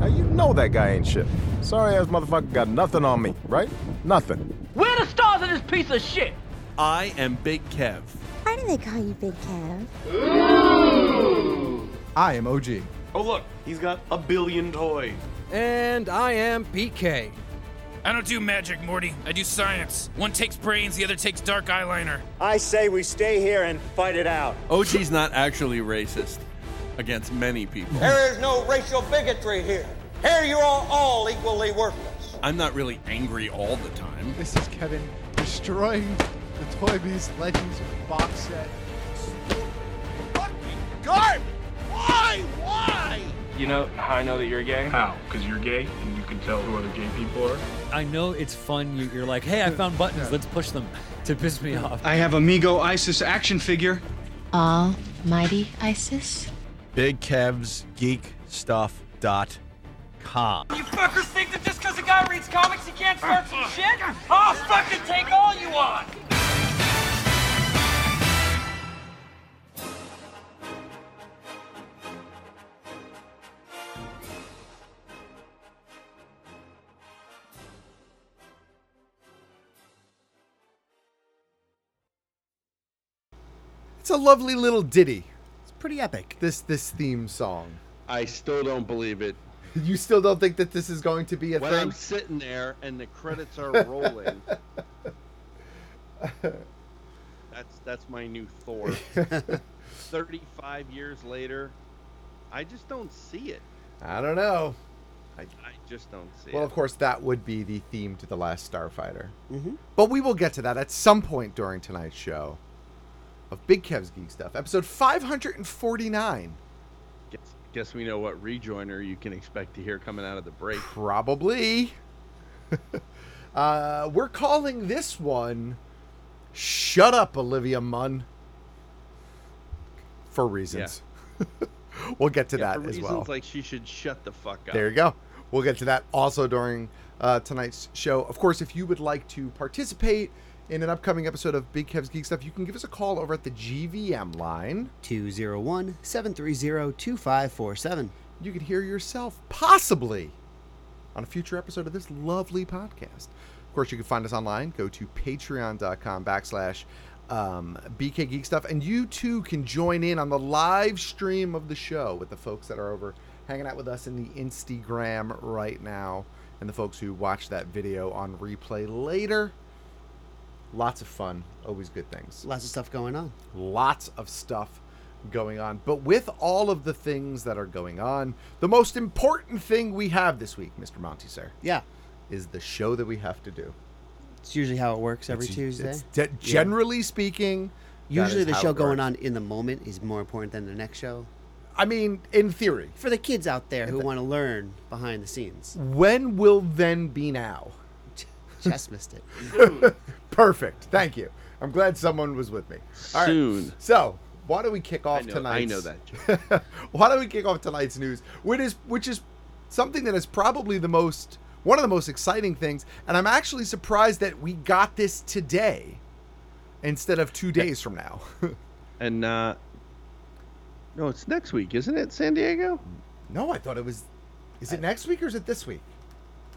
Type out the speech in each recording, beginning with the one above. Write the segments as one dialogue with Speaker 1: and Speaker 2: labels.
Speaker 1: that guy ain't shit. Sorry ass motherfucker got nothing on me, right? Nothing.
Speaker 2: Where the stars in this piece of shit?
Speaker 3: I am Big Kev.
Speaker 4: Why do they call you Big Kev?
Speaker 5: I am OG.
Speaker 6: Oh, look, he's got a billion toys.
Speaker 7: And I am PK.
Speaker 8: I don't do magic, Morty. I do science. One takes brains, the other takes dark eyeliner.
Speaker 9: I say we stay here and fight it out.
Speaker 3: OG's not actually racist against many people.
Speaker 10: There is no racial bigotry here. Here you are all equally worthless.
Speaker 3: I'm not really angry all the time.
Speaker 5: This is Kevin destroying the Toy Beast Legends box set.
Speaker 10: Fucking garbage! Why? Why?
Speaker 11: You know how I know that you're gay?
Speaker 12: How? Because you're gay and you can tell who other gay people are?
Speaker 13: I know it's fun. You- You're like, hey, I found buttons. Let's push them to piss me off.
Speaker 14: I have Amigo ISIS action figure.
Speaker 15: Almighty ISIS?
Speaker 3: Big Kev's Geek Stuff dot com.
Speaker 2: You fuckers think that just because a guy reads comics he can't start some shit? I'll fucking take all you want!
Speaker 5: It's a lovely little ditty. It's pretty epic. This this theme song.
Speaker 16: I still don't believe it.
Speaker 5: You still don't think that this is going to be a
Speaker 16: when
Speaker 5: thing?
Speaker 16: I'm sitting there and the credits are rolling, that's that's my new Thor. Thirty-five years later, I just don't see it.
Speaker 5: I don't know.
Speaker 16: I just don't see
Speaker 5: Well,
Speaker 16: it.
Speaker 5: of course, that would be the theme to The Last Starfighter.
Speaker 16: Mhm.
Speaker 5: But we will get to that at some point during tonight's show of Big Kev's Geek Stuff, episode 549.
Speaker 16: Guess, guess we know what rejoiner you can expect to hear coming out of the break.
Speaker 5: Probably. uh, we're calling this one Shut Up, Olivia Munn. For reasons. we'll get to
Speaker 16: Yeah,
Speaker 5: that
Speaker 16: for
Speaker 5: as
Speaker 16: reasons
Speaker 5: well.
Speaker 16: like she should shut the fuck up.
Speaker 5: There you go. We'll get to that also during uh, tonight's show. Of course, if you would like to participate in an upcoming episode of Big Kev's Geek Stuff, you can give us a call over at the GVM line.
Speaker 17: 201 730 2547.
Speaker 5: You could hear yourself possibly on a future episode of this lovely podcast. Of course, you can find us online. Go to patreon.com backslash um, BK Geek Stuff, and you too can join in on the live stream of the show with the folks that are over hanging out with us in the Instagram right now, and the folks who watch that video on replay later. Lots of fun, always good things.
Speaker 17: Lots of stuff going on.
Speaker 5: Lots of stuff going on. But with all of the things that are going on, the most important thing we have this week, Mr. Monty, sir,
Speaker 17: Yeah.
Speaker 5: is the show that we have to do.
Speaker 17: It's usually how it works every
Speaker 5: It's-
Speaker 17: Tuesday.
Speaker 5: it's de- generally speaking, that
Speaker 17: Usually
Speaker 5: is
Speaker 17: the
Speaker 5: how
Speaker 17: show
Speaker 5: it
Speaker 17: going
Speaker 5: works.
Speaker 17: on in the moment is more important than the next show.
Speaker 5: I mean, in theory.
Speaker 17: For the kids out there who want to learn behind the scenes.
Speaker 5: When will then be now?
Speaker 17: Just missed it.
Speaker 5: Perfect. Thank you. I'm glad someone was with me. All right.
Speaker 16: Soon.
Speaker 5: So, why don't we kick off
Speaker 16: know- I
Speaker 5: tonight?
Speaker 16: know that
Speaker 5: that. why don't we kick off tonight's news, which is which is something that is probably the most one of the most exciting things, and I'm actually surprised that we got this today instead of two days from now.
Speaker 16: And uh, no, it's next week, isn't it, San Diego?
Speaker 5: no, I thought it was. Is it next week or is it this week?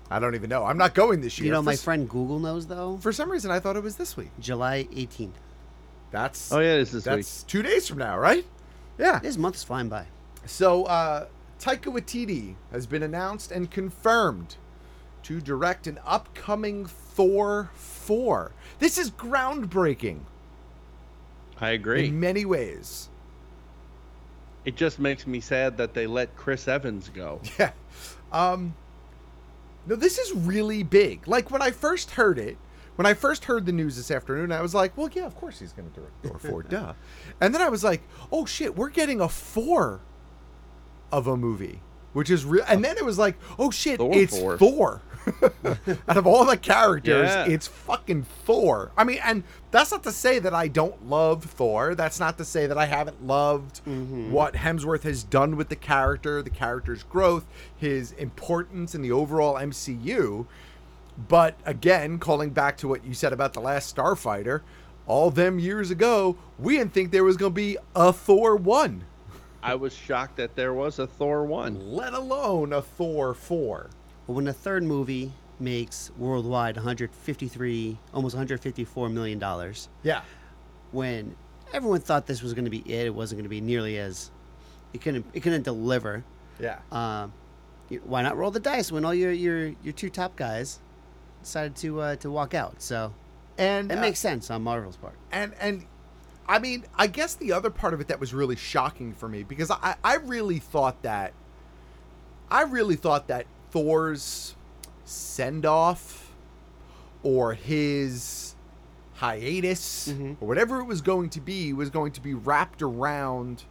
Speaker 5: I don't even know. I'm not going this year.
Speaker 17: You know, my
Speaker 5: For s-
Speaker 17: friend Google knows, though.
Speaker 5: For some reason, I thought it was this week.
Speaker 17: July 18th.
Speaker 5: That's
Speaker 16: Oh yeah, it is this week.
Speaker 5: that's two days from now, right? Yeah.
Speaker 17: This month's flying by.
Speaker 5: So, uh, Taika Waititi has been announced and confirmed to direct an upcoming Thor 4. This is groundbreaking
Speaker 16: I agree.
Speaker 5: in many ways.
Speaker 16: It just makes me sad that they let Chris Evans go.
Speaker 5: Yeah. Um, no, this is really big. Like, when I first heard it, when I first heard the news this afternoon, I was like, well, yeah, of course he's going to direct Thor 4, duh. And then I was like, oh shit, we're getting a 4 of a movie, which is real. And then it was like, oh shit,
Speaker 16: Thor
Speaker 5: it's
Speaker 16: four.
Speaker 5: Thor. Out of all the characters,
Speaker 16: Yeah.
Speaker 5: it's fucking Thor. I mean, and that's not to say that I don't love Thor. That's not to say that I haven't loved what Hemsworth has done with the character, the character's growth, his importance in the overall MCU. But again, calling back to what you said about the last Starfighter, all them years ago, we didn't think there was going to be a Thor 1.
Speaker 16: I was shocked that there was a Thor 1.
Speaker 5: Let alone a Thor 4.
Speaker 17: Well, when the third movie makes worldwide 153, almost 154 million dollars.
Speaker 5: Yeah.
Speaker 17: When everyone thought this was going to be it, it wasn't going to be nearly as. It couldn't. It couldn't deliver.
Speaker 5: Yeah.
Speaker 17: Um, you- why not roll the dice when all your your your two top guys decided to uh, to walk out? So,
Speaker 5: and
Speaker 17: it
Speaker 5: uh,
Speaker 17: makes sense on Marvel's part.
Speaker 5: and and I mean, I guess the other part of it that was really shocking for me because I I really thought that I really thought that Thor's send off or his hiatus or whatever it was going to be was going to be wrapped around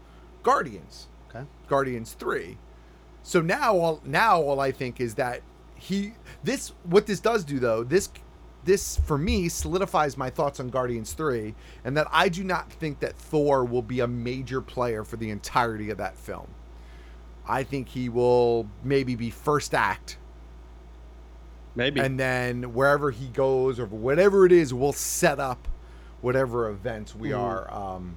Speaker 5: Guardians.
Speaker 17: Okay.
Speaker 5: Guardians 3. So now all now all I think is that he this what this does do though, this this for me solidifies my thoughts on Guardians 3 and that I do not think that Thor will be a major player for the entirety of that film. I think he will maybe be first act
Speaker 16: Maybe.
Speaker 5: and then wherever he goes or whatever it is, we'll set up whatever events we
Speaker 17: Ooh.
Speaker 5: are um,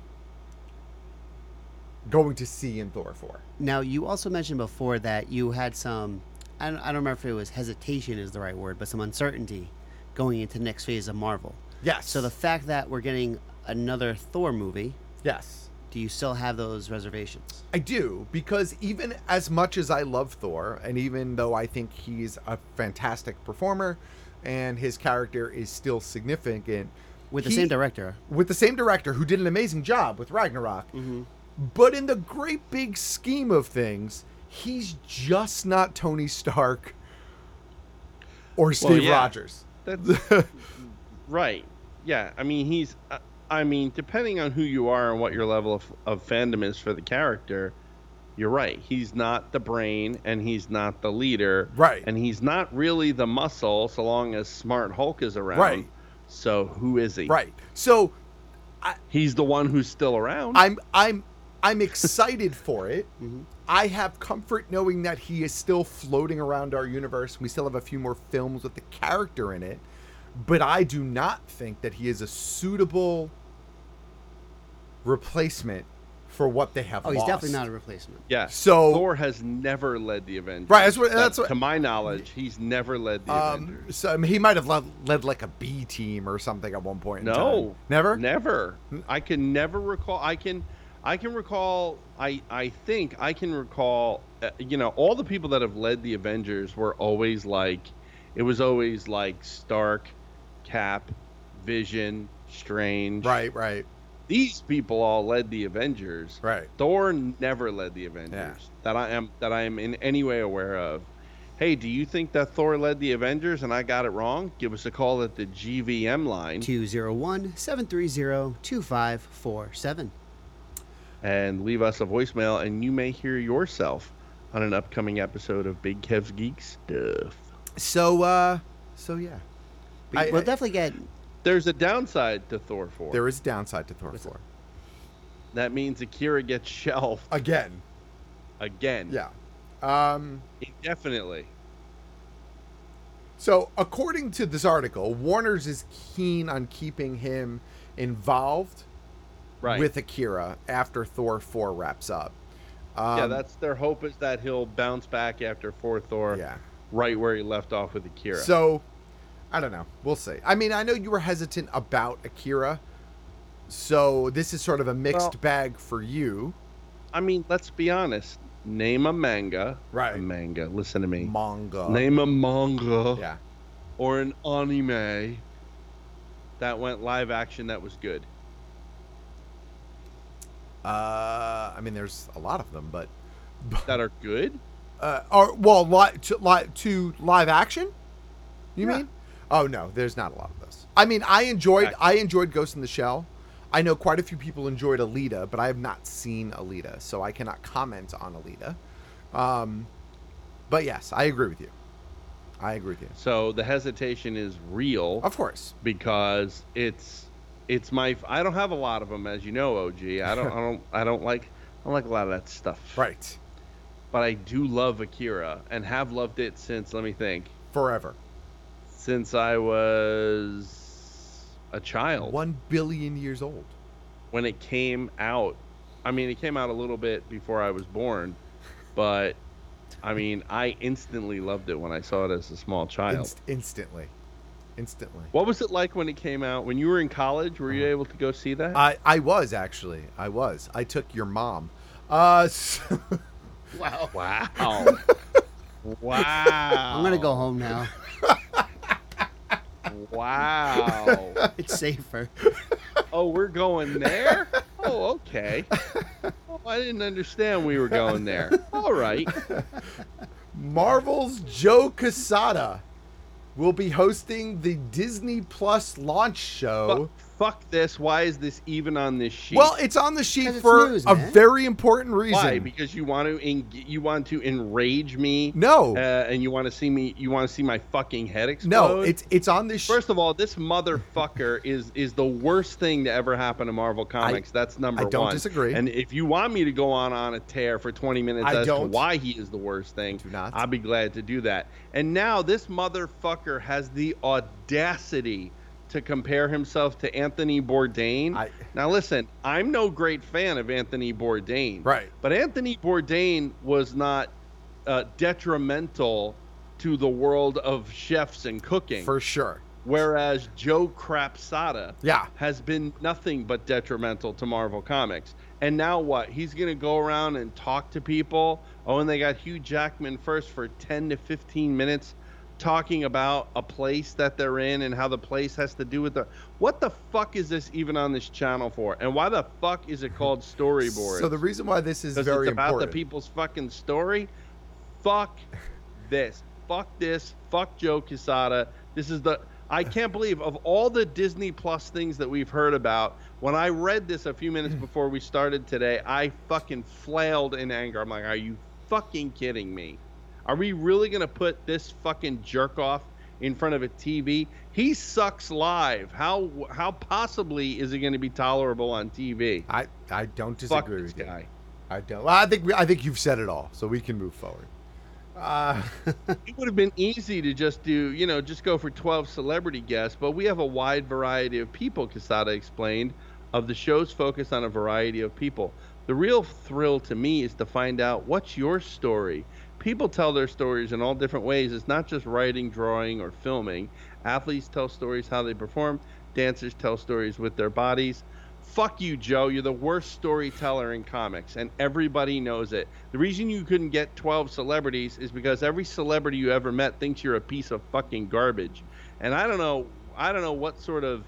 Speaker 5: going to see in Thor 4.
Speaker 17: Now, you also mentioned before that you had some, I don't, I don't remember if it was hesitation is the right word, but some uncertainty going into the next phase of Marvel.
Speaker 5: Yes.
Speaker 17: So the fact that we're getting another Thor movie,
Speaker 5: Yes.
Speaker 17: do you still have those reservations?
Speaker 5: I do, because even as much as I love Thor, and even though I think he's a fantastic performer and his character is still significant.
Speaker 17: With the
Speaker 5: he-
Speaker 17: same director.
Speaker 5: With the same director who did an amazing job with Ragnarok.
Speaker 17: Mm-hmm.
Speaker 5: But in the great big scheme of things, he's just not Tony Stark or Steve
Speaker 16: yeah.
Speaker 5: Rogers.
Speaker 16: That's right. Yeah, I mean he's. I- I mean, depending on who you are and what your level of, of fandom is for the character, you're right. He's not the brain, and he's not the leader,
Speaker 5: Right.
Speaker 16: And he's not really the muscle, so long as Smart Hulk is around,
Speaker 5: Right.
Speaker 16: So who is he?
Speaker 5: Right. So
Speaker 16: He's the one who's still around.
Speaker 5: I'm I'm I'm excited for it.
Speaker 17: Mm-hmm.
Speaker 5: I have comfort knowing that he is still floating around our universe. We still have a few more films with the character in it, but I do not think that he is a suitable replacement for what they have.
Speaker 17: Oh, he's definitely
Speaker 5: lost.
Speaker 17: not a replacement.
Speaker 16: Yeah.
Speaker 5: So-
Speaker 16: Thor has never led the Avengers.
Speaker 5: Right, that's what- that's
Speaker 16: That-
Speaker 5: what-
Speaker 16: to my knowledge, he's never led the Avengers.
Speaker 5: Um, so I mean, he might have led, led like a B team or something at one point. In
Speaker 16: No,
Speaker 5: time. never. Hmm.
Speaker 16: never. I can never recall. I can, I can recall. I I think I can recall. Uh, you know, all the people that have led the Avengers were always like, it was always like Stark, Cap, Vision, Strange.
Speaker 5: Right, right.
Speaker 16: These people all led the Avengers.
Speaker 5: Right.
Speaker 16: Thor never led the Avengers that I am that I am in any way aware of. Hey, do you think that Thor led the Avengers and I got it wrong? Give us a call at the GVM line.
Speaker 17: 201 730 2547.
Speaker 16: and leave us a voicemail, and you may hear yourself on an upcoming episode of Big Kev's Geek Stuff.
Speaker 5: So uh, so yeah, I-
Speaker 17: We'll
Speaker 5: I-
Speaker 17: definitely get.
Speaker 16: There's a downside to Thor 4.
Speaker 5: there is a downside to Thor four
Speaker 16: That means Akira gets shelved
Speaker 5: again.
Speaker 16: again.
Speaker 5: Yeah. Um.
Speaker 16: Indefinitely.
Speaker 5: So, according to this article, Warner's is keen on keeping him involved
Speaker 16: Right.
Speaker 5: with Akira after Thor 4 wraps up. Um,
Speaker 16: yeah, that's their hope is that he'll bounce back after 4 Thor
Speaker 5: Yeah.
Speaker 16: right where he left off with Akira.
Speaker 5: So, I don't know. We'll see. I mean, I know you were hesitant about Akira, so this is sort of a mixed
Speaker 16: Well-
Speaker 5: bag for you.
Speaker 16: I mean, let's be honest. Name a manga.
Speaker 5: Right.
Speaker 16: A manga. Listen to me.
Speaker 5: Manga.
Speaker 16: Name a manga.
Speaker 5: Yeah.
Speaker 16: Or an anime that went live action that was good.
Speaker 5: Uh, I mean, there's a lot of them, but
Speaker 16: That are good?
Speaker 5: uh, or well, li- to, li- to live action. You
Speaker 16: Yeah.
Speaker 5: mean? Oh no, there's not a lot of those. I mean, I enjoyed
Speaker 16: Exactly.
Speaker 5: I enjoyed Ghost in the Shell. I know quite a few people enjoyed Alita, but I have not seen Alita, so I cannot comment on Alita. Um, but yes, I agree with you. I agree with you.
Speaker 16: So the hesitation is real
Speaker 5: Of course.
Speaker 16: because it's it's my I don't have a lot of them as you know, OG. I don't I don't I don't like I don't like a lot of that stuff.
Speaker 5: Right.
Speaker 16: But I do love Akira and have loved it since let me think
Speaker 5: Forever.
Speaker 16: since I was a child
Speaker 5: 1 billion years old.
Speaker 16: when it came out. I mean, it came out a little bit before I was born, but I mean, I instantly loved it when I saw it as a small child.
Speaker 5: Inst- instantly, instantly.
Speaker 16: What was it like when it came out? When you were in college, were you able to go see that?
Speaker 5: Mm. I I was actually. I was. I took your mom. Uh. So
Speaker 17: wow.
Speaker 16: Wow.
Speaker 17: wow. I'm gonna go home now.
Speaker 16: wow.
Speaker 17: It's safer.
Speaker 16: Oh, we're going there? Oh, okay. Oh, I didn't understand we were going there. All right.
Speaker 5: Marvel's Joe Casada will be hosting the Disney Plus launch show.
Speaker 16: Fuck, fuck this. Why is this even on this sheet?
Speaker 5: Oh. Well, it's on the sheet for news, a very important reason.
Speaker 16: Why? Because you want to en- you want to enrage me.
Speaker 5: No.
Speaker 16: Uh, and you want to see me you want to see my fucking head explode.
Speaker 5: No, it's it's on this sh-
Speaker 16: First of all, this motherfucker is is the worst thing to ever happen to Marvel Comics.
Speaker 5: I,
Speaker 16: That's number 1.
Speaker 5: I don't
Speaker 16: one.
Speaker 5: disagree.
Speaker 16: And if you want me to go on on a tear for 20 minutes
Speaker 5: I
Speaker 16: as
Speaker 5: don't.
Speaker 16: to why he is the worst thing,
Speaker 5: Do not.
Speaker 16: I'll be glad to do that. And now this motherfucker has the audacity to compare himself to Anthony Bourdain.
Speaker 5: I-
Speaker 16: now, listen, I'm no great fan of Anthony Bourdain.
Speaker 5: Right.
Speaker 16: But Anthony Bourdain was not uh, detrimental to the world of chefs and cooking.
Speaker 5: For sure.
Speaker 16: Whereas Joe Crapsada
Speaker 5: Yeah.
Speaker 16: has been nothing but detrimental to Marvel Comics. And now what? He's going to go around and talk to people. Oh, and they got Hugh Jackman first for 10 to 15 minutes talking about a place that they're in and how the place has to do with the. What the fuck is this even on this channel for? And why the fuck is it called Storyboard?
Speaker 5: So the reason why this is
Speaker 16: Because
Speaker 5: very
Speaker 16: it's about
Speaker 5: important.
Speaker 16: the people's fucking story. Fuck this. Fuck this. Fuck Joe Quesada. This is the. I can't believe of all the Disney Plus things that we've heard about. When I read this a few minutes before we started today, I fucking flailed in anger. I'm like, are you fucking kidding me? Are we really gonna put this fucking jerk off in front of a TV? He sucks live. How how possibly is it gonna be tolerable on TV?
Speaker 5: I I don't
Speaker 16: Fuck
Speaker 5: disagree
Speaker 16: this
Speaker 5: with you.
Speaker 16: guy.
Speaker 5: I don't. Well, I think we, I think you've said it all, so we can move forward. Uh,
Speaker 16: it would have been easy to just do, you know, just go for 12 celebrity guests, but we have a wide variety of people, Casada explained, of the show's focus on a variety of people. The real thrill to me is to find out what's your story. People tell their stories in all different ways. It's not just writing, drawing, or filming. Athletes tell stories how they perform, dancers tell stories with their bodies. Fuck you, Joe. You're the worst storyteller in comics, and everybody knows it. The reason you couldn't get 12 celebrities is because every celebrity you ever met thinks you're a piece of fucking garbage. And I don't know, I don't know what sort of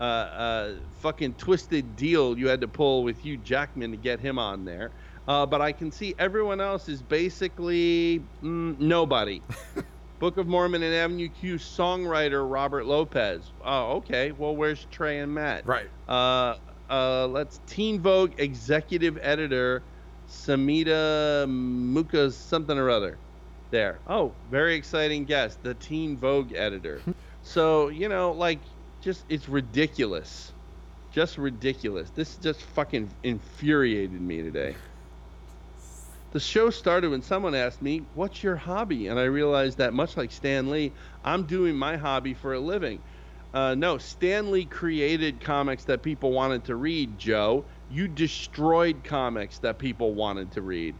Speaker 16: uh, uh, fucking twisted deal you had to pull with Hugh Jackman to get him on there. Uh, but I can see everyone else is basically mm, nobody. Book of Mormon and Avenue Q songwriter Robert Lopez. Oh, okay. Well, where's Trey and Matt?
Speaker 5: Right.
Speaker 16: Uh, uh, let's Teen Vogue executive editor Samita Muka something or other. There. Oh, very exciting guest, the Teen Vogue editor. so you know, like, just it's ridiculous, just ridiculous. This just fucking infuriated me today. The show started when someone asked me, What's your hobby? And I realized that, much like Stan Lee, I'm doing my hobby for a living. Uh, no, Stan Lee created comics that people wanted to read, Joe. You destroyed comics that people wanted to read.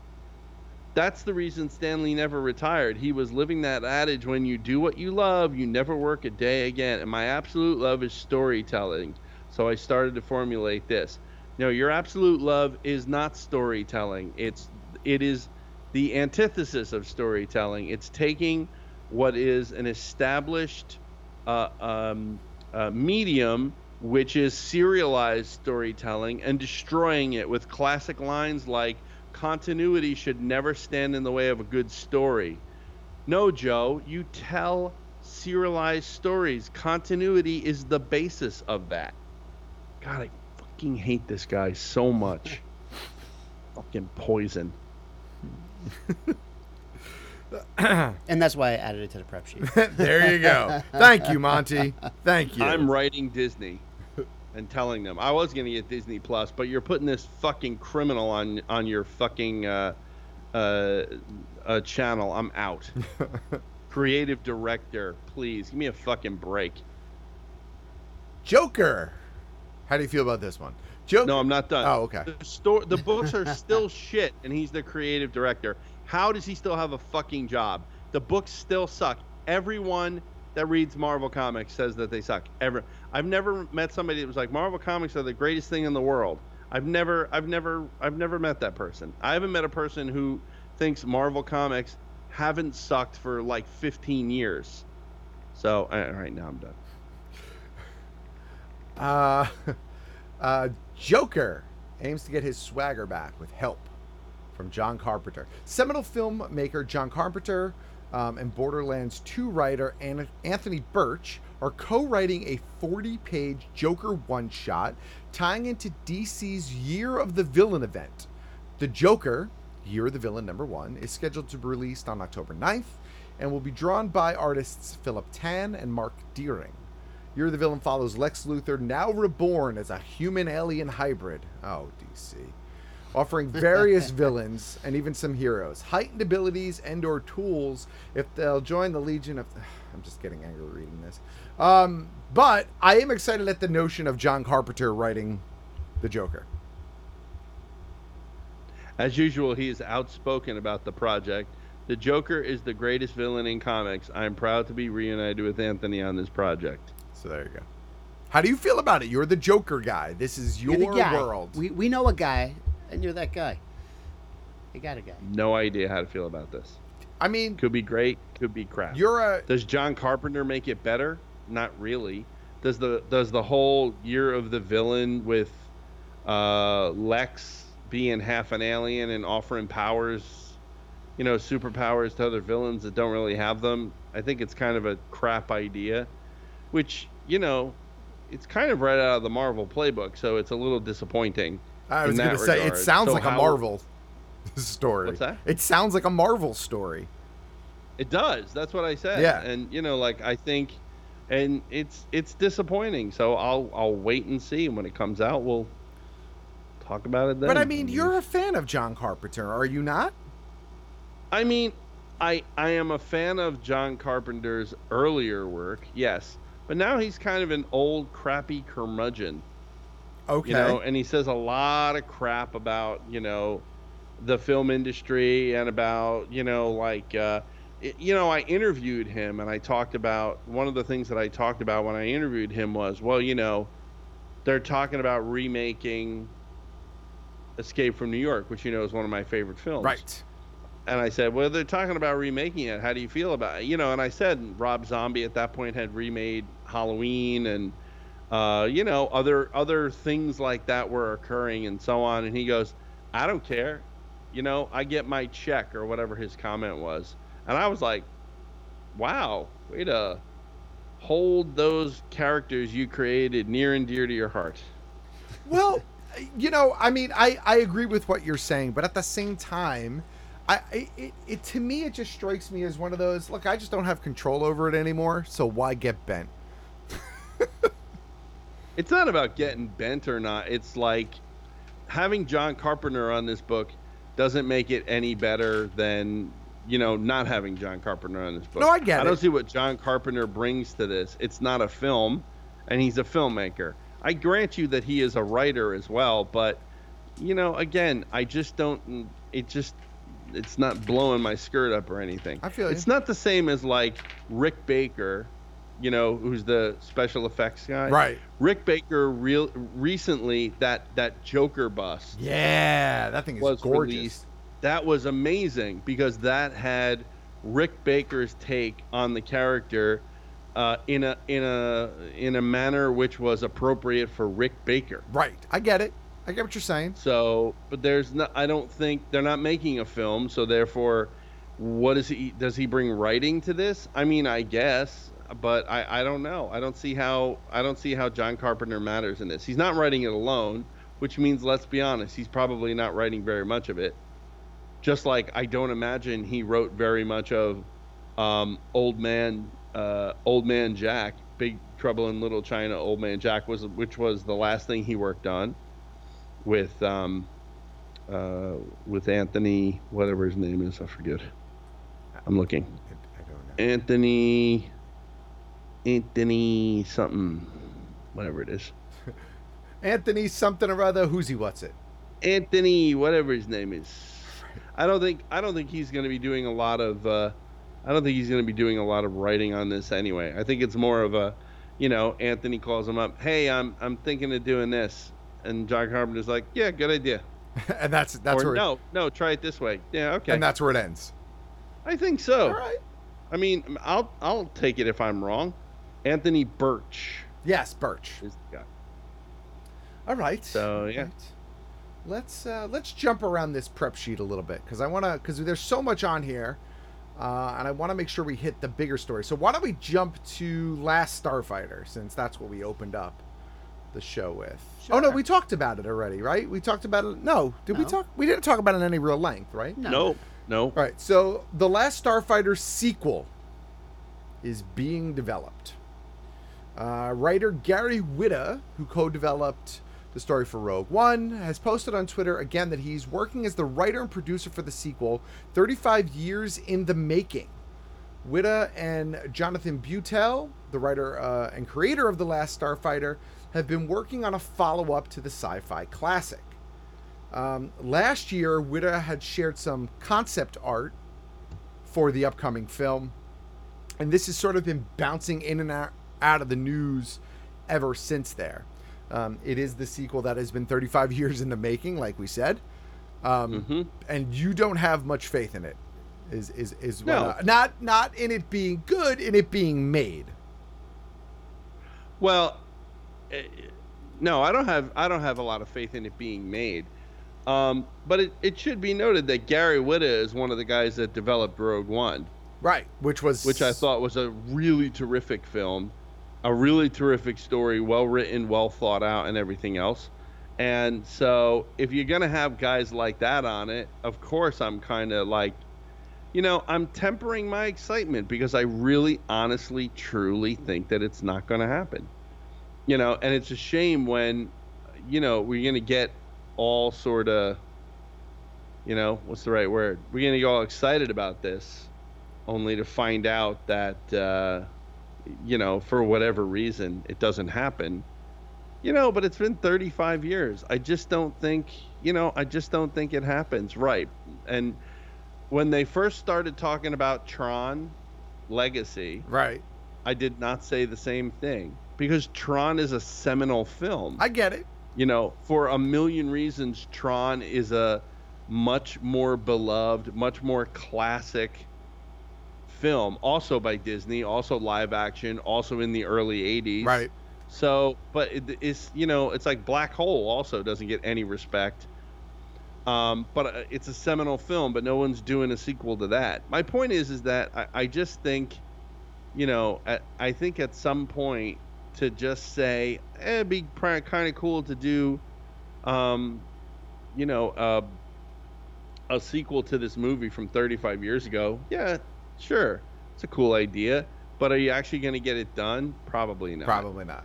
Speaker 16: That's the reason Stan Lee never retired. He was living that adage when you do what you love, you never work a day again. And my absolute love is storytelling. So I started to formulate this. No, your absolute love is not storytelling. It's it is the antithesis of storytelling. It's taking what is an established uh, um, uh, medium, which is serialized storytelling, and destroying it with classic lines like continuity should never stand in the way of a good story. No, Joe, you tell serialized stories. Continuity is the basis of that. God, I fucking hate this guy so much. fucking poison.
Speaker 17: and that's why I added it to the prep sheet.
Speaker 5: there you go. Thank you, Monty. Thank you.
Speaker 16: I'm writing Disney and telling them I was going to get Disney Plus, but you're putting this fucking criminal on on your fucking uh, uh, uh, channel. I'm out. Creative director, please give me a fucking break.
Speaker 5: Joker. How do you feel about this one? Joke?
Speaker 16: No, I'm not done.
Speaker 5: Oh, okay.
Speaker 16: The, sto- the books are still shit, and he's the creative director. How does he still have a fucking job? The books still suck. Everyone that reads Marvel comics says that they suck. Ever, I've never met somebody that was like Marvel comics are the greatest thing in the world. I've never, I've never, I've never met that person. I haven't met a person who thinks Marvel comics haven't sucked for like 15 years. So, all right, now I'm done.
Speaker 5: Uh, uh, Joker aims to get his swagger back with help from John Carpenter. Seminal filmmaker John Carpenter um, and Borderlands 2 writer An- Anthony Birch are co writing a 40 page Joker one shot tying into DC's Year of the Villain event. The Joker, Year of the Villain number one, is scheduled to be released on October 9th and will be drawn by artists Philip Tan and Mark Deering. Year of the Villain follows Lex Luthor, now reborn as a human alien hybrid. Oh, DC. Offering various villains and even some heroes, heightened abilities and or tools if they'll join the Legion of I'm just getting angry reading this. Um, but I am excited at the notion of John Carpenter writing the Joker.
Speaker 16: As usual, he is outspoken about the project. The Joker is the greatest villain in comics. I am proud to be reunited with Anthony on this project.
Speaker 5: So there you go. How do you feel about it? You're the Joker guy. This is your
Speaker 17: You're the guy.
Speaker 5: world.
Speaker 17: We, we know a guy, and you're that guy. You got a guy.
Speaker 16: No idea how to feel about this.
Speaker 5: I mean,
Speaker 16: could be great, could be crap.
Speaker 5: You're a.
Speaker 16: Does John Carpenter make it better? Not really. Does the does the whole year of the villain with uh, Lex being half an alien and offering powers, you know, superpowers to other villains that don't really have them? I think it's kind of a crap idea, which you know, it's kind of right out of the Marvel playbook, so it's a little disappointing.
Speaker 5: I
Speaker 16: in
Speaker 5: was going
Speaker 16: that
Speaker 5: to say it
Speaker 16: regard.
Speaker 5: sounds
Speaker 16: So
Speaker 5: like a
Speaker 16: how-
Speaker 5: Marvel story.
Speaker 16: What's that?
Speaker 5: It sounds like a Marvel story.
Speaker 16: It does. That's what I said.
Speaker 5: Yeah.
Speaker 16: And you know, like I think, and it's it's disappointing. So I'll I'll wait and see. And when it comes out, we'll talk about it then.
Speaker 5: But I mean, you're a fan of John Carpenter, are you not?
Speaker 16: I mean, I I am a fan of John Carpenter's earlier work. Yes, but now he's kind of an old crappy curmudgeon.
Speaker 5: Okay.
Speaker 16: You know, and he says a lot of crap about, you know, the film industry and about, you know, like, uh, it- you know, I interviewed him and I talked about one of the things that I talked about when I interviewed him was, well, you know, they're talking about remaking Escape from New York, which, you know, is one of my favorite films.
Speaker 5: Right.
Speaker 16: And I said, well, they're talking about remaking it. How do you feel about it? You know, and I said Rob Zombie at that point had remade Halloween and, uh, you know, other other things like that were occurring and so on. And he goes, I don't care. You know, I get my check or whatever his comment was. And I was like, wow, way to hold those characters you created near and dear to your heart.
Speaker 5: Well, you know, I mean, I, I agree with what you're saying, but at the same time, I I- it, it to me it just strikes me as one of those. Look, I just don't have control over it anymore, so why get bent?
Speaker 16: It's not about getting bent or not. It's like having John Carpenter on this book doesn't make it any better than you know not having John Carpenter on this book.
Speaker 5: No, I get
Speaker 16: I don't
Speaker 5: it.
Speaker 16: see what John Carpenter brings to this. It's not a film, and he's a filmmaker. I grant you that he is a writer as well, but you know, again, I just don't. It just it's not blowing my skirt up or anything.
Speaker 5: I feel you.
Speaker 16: it's not the same as like Rick Baker, you know, who's the special effects guy.
Speaker 5: Right.
Speaker 16: Rick Baker real recently that that Joker bust.
Speaker 5: Yeah, that thing is
Speaker 16: was
Speaker 5: gorgeous.
Speaker 16: released. That was amazing because that had Rick Baker's take on the character uh, in a in a in a manner which was appropriate for Rick Baker.
Speaker 5: Right. I get it. I get what you're saying.
Speaker 16: So, but there's not. I don't think they're not making a film. So therefore, what is he? Does he bring writing to this? I mean, I guess, but I I don't know. I don't see how I don't see how John Carpenter matters in this. He's not writing it alone, which means let's be honest, he's probably not writing very much of it. Just like I don't imagine he wrote very much of um, old man uh, old man Jack, Big Trouble in Little China, Old Man Jack was which was the last thing he worked on with um uh with Anthony whatever his name is I forget I'm looking Anthony Anthony something whatever it is
Speaker 5: Anthony something or other. Who's he? What's it?
Speaker 16: Anthony, whatever his name is. I don't think I don't think he's going to be doing a lot of. Uh, I don't think he's going to be doing a lot of writing on this anyway. I think it's more of a, you know, Anthony calls him up. Hey, I'm I'm thinking of doing this, and John Carpenter's like, yeah, good idea.
Speaker 5: and that's that's
Speaker 16: or
Speaker 5: where it-
Speaker 16: no, no, try it this way. Yeah, okay. Oh.
Speaker 5: And that's where it ends.
Speaker 16: I think so. All right. I mean, I'll I'll take it if I'm wrong. Anthony Birch
Speaker 5: Yes, Birch.
Speaker 16: is the guy.
Speaker 5: All right.
Speaker 16: So yeah.
Speaker 5: Let's uh, let's jump around this prep sheet a little bit because I want to because there's so much on here, uh, and I want to make sure we hit the bigger story. So why don't we jump to Last Starfighter since that's what we opened up the show with? Oh no, we talked about it already, right? We talked about it. No, did we
Speaker 16: No.
Speaker 5: talk? We didn't talk about it in any real length, right?
Speaker 16: No. No. No. All
Speaker 5: right. So the Last Starfighter sequel is being developed. Uh, writer Gary Whitta, who co developed the story for Rogue One, has posted on Twitter again that he's working as the writer and producer for the sequel, 35 years in the making. Whitta and Jonathan Butel, the writer uh, and creator of The Last Starfighter, have been working on a follow up to the sci fi classic. Um, last year, Whitta had shared some concept art for the upcoming film and this has sort of been bouncing in and out, out of the news ever since there. Um, it is the sequel that has been 35 years in the making, like we said, um,
Speaker 16: Mm-hmm.
Speaker 5: and you don't have much faith in it. Is is is what
Speaker 16: No.
Speaker 5: I- not not in it being good, in it being made.
Speaker 16: Well, eh, no, I don't have I don't have a lot of faith in it being made. Um, but it, it should be noted that Gary Whitta is one of the guys that developed Rogue One.
Speaker 5: Right, which was
Speaker 16: which I thought was a really terrific film, a really terrific story, well written, well thought out, and everything else. And so, if you're gonna have guys like that on it, of course I'm kind of like, you know, I'm tempering my excitement because I really, honestly, truly think that it's not gonna happen. You know, and it's a shame when, you know, we're gonna get all sort of, you know, what's the right word? We're gonna get all excited about this, only to find out that uh, you know for whatever reason it doesn't happen you know but it's been 35 years i just don't think you know i just don't think it happens right and when they first started talking about tron legacy
Speaker 5: right
Speaker 16: i did not say the same thing because tron is a seminal film
Speaker 5: i get it
Speaker 16: you know for a million reasons tron is a much more beloved much more classic film, also by Disney, also live action, also in the early 80s.
Speaker 5: Right.
Speaker 16: So, but it, it's, you know, it's like Black Hole also doesn't get any respect. Um, but uh, it's a seminal film, but no one's doing a sequel to that. My point is, is that I, I just think, you know, at, I think at some point to just say, eh, it'd be kind of cool to do, um, you know, uh, a sequel to this movie from 35 years ago. Yeah, sure. It's a cool idea, but are you actually going to get it done? Probably not.
Speaker 5: Probably not.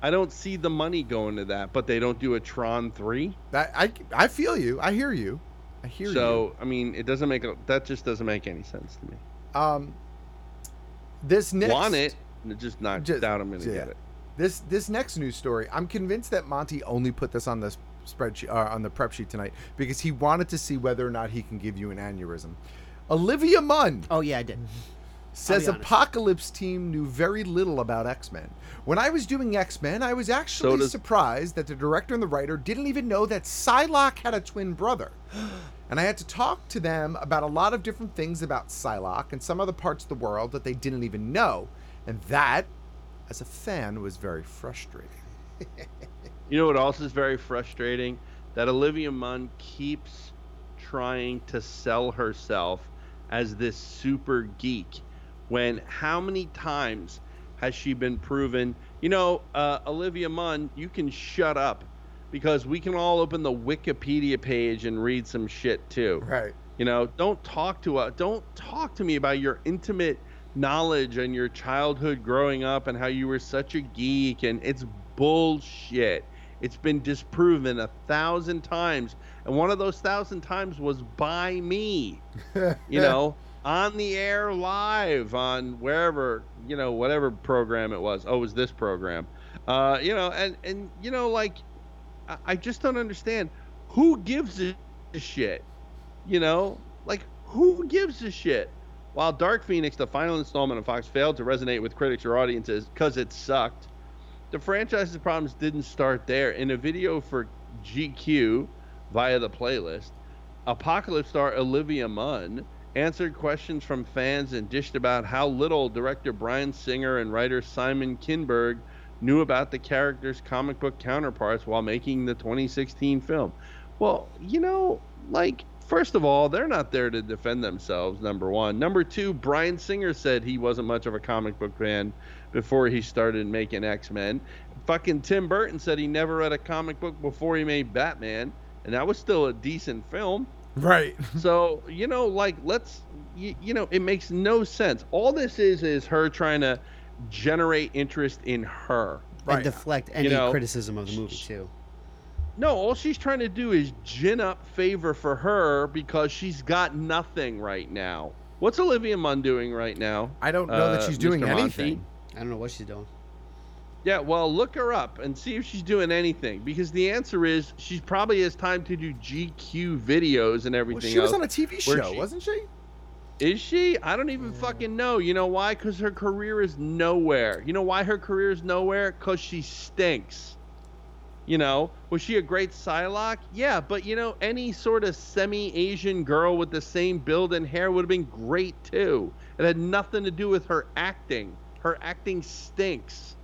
Speaker 16: I don't see the money going to that, but they don't do a Tron 3.
Speaker 5: That I I feel you. I hear you. I hear you.
Speaker 16: so, I mean, it doesn't make a, that just doesn't make any sense to me.
Speaker 5: Um, this next
Speaker 16: Want it, and it's just not
Speaker 5: Just-
Speaker 16: doubt I'm going to
Speaker 5: yeah.
Speaker 16: get it.
Speaker 5: This this next news story, I'm convinced that Monty only put this on this spreadsheet uh, on the prep sheet tonight because he wanted to see whether or not he can give you an aneurysm. Olivia Munn.
Speaker 17: Oh yeah, I did.
Speaker 5: Says
Speaker 17: I'll be honest.
Speaker 5: Apocalypse Team knew very little about X Men. When I was doing X Men, I was actually
Speaker 16: does-
Speaker 5: surprised that the director and the writer didn't even know that Psylocke had a twin brother. And I had to talk to them about a lot of different things about Psylocke and some other parts of the world that they didn't even know. And that, as a fan, was very frustrating.
Speaker 16: You know what else is very frustrating? That Olivia Munn keeps trying to sell herself as this super geek when how many times has she been proven, you know, uh, Olivia Munn, you can shut up because we can all open the Wikipedia page and read some shit too.
Speaker 5: Right.
Speaker 16: You know, don't talk to us. Don't talk to me about your intimate knowledge and your childhood growing up and how you were such a geek. And it's bullshit. It's been disproven a thousand times. And one of those thousand times was by me, you know, on the air live on wherever, you know, whatever program it was. Oh, it was this program. Uh, you know, and and you know, like, I, I just don't understand who gives a shit. You know, like who gives a shit? While Dark Phoenix, the final installment of Fox, failed to resonate with critics or audiences because it sucked, the franchise's problems didn't start there. In a video for GQ via the playlist, Apocalypse star Olivia Munn answered questions from fans and dished about how little director Brian Singer and writer Simon Kinberg knew about the character's comic book counterparts while making the 2016 film. Well, you know, like, first of all, they're not there to defend themselves, number one. Number two, Brian Singer said he wasn't much of a comic book fan before he started making X Men. Fucking Tim Burton said he never read a comic book before he made Batman, and that was still a decent film.
Speaker 5: Right.
Speaker 16: so, you know, like, let's, you, you know, it makes no sense. All this is, is her trying to generate interest in her.
Speaker 17: Right. And deflect any you know, criticism of the movie, too.
Speaker 16: No, all she's trying to do is gin up favor for her because she's got nothing right now. What's Olivia Munn doing right now?
Speaker 5: I don't know uh, that she's doing Mr. anything. Monty?
Speaker 17: I don't know what she's doing.
Speaker 16: Yeah, well, look her up and see if she's doing anything because the answer is she probably has time to do GQ videos and everything. Well,
Speaker 5: she was on
Speaker 16: else.
Speaker 5: a TV show, she, wasn't she?
Speaker 16: Is she? I don't even fucking know. You know why? Because her career is nowhere. You know why her career is nowhere? Because she stinks. You know, was she a great Psylocke? Yeah, but you know, any sort of semi Asian girl with the same build and hair would have been great too. It had nothing to do with her acting. Her acting stinks.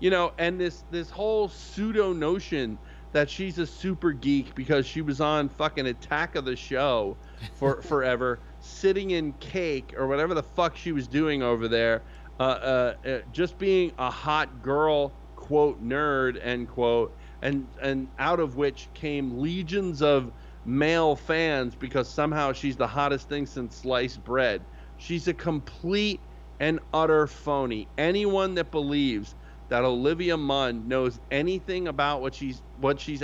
Speaker 16: You know, and this this whole pseudo notion that she's a super geek because she was on fucking Attack of the Show for forever, sitting in cake or whatever the fuck she was doing over there, uh, uh, uh, just being a hot girl quote nerd end quote, and and out of which came legions of male fans because somehow she's the hottest thing since sliced bread. She's a complete and utter phony. Anyone that believes that Olivia Munn knows anything about what she's what she's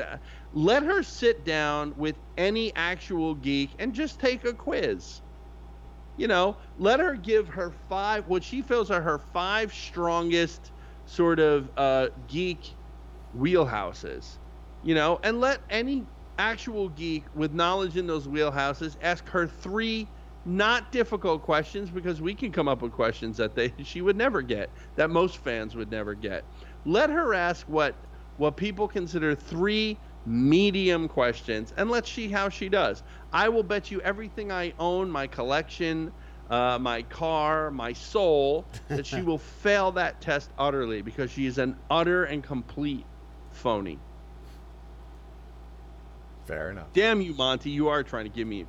Speaker 16: let her sit down with any actual geek and just take a quiz. You know, let her give her five what she feels are her five strongest sort of uh, geek wheelhouses. You know, and let any actual geek with knowledge in those wheelhouses ask her three not difficult questions because we can come up with questions that they she would never get that most fans would never get let her ask what what people consider three medium questions and let's see how she does i will bet you everything i own my collection uh, my car my soul that she will fail that test utterly because she is an utter and complete phony
Speaker 5: fair enough
Speaker 16: damn you monty you are trying to give me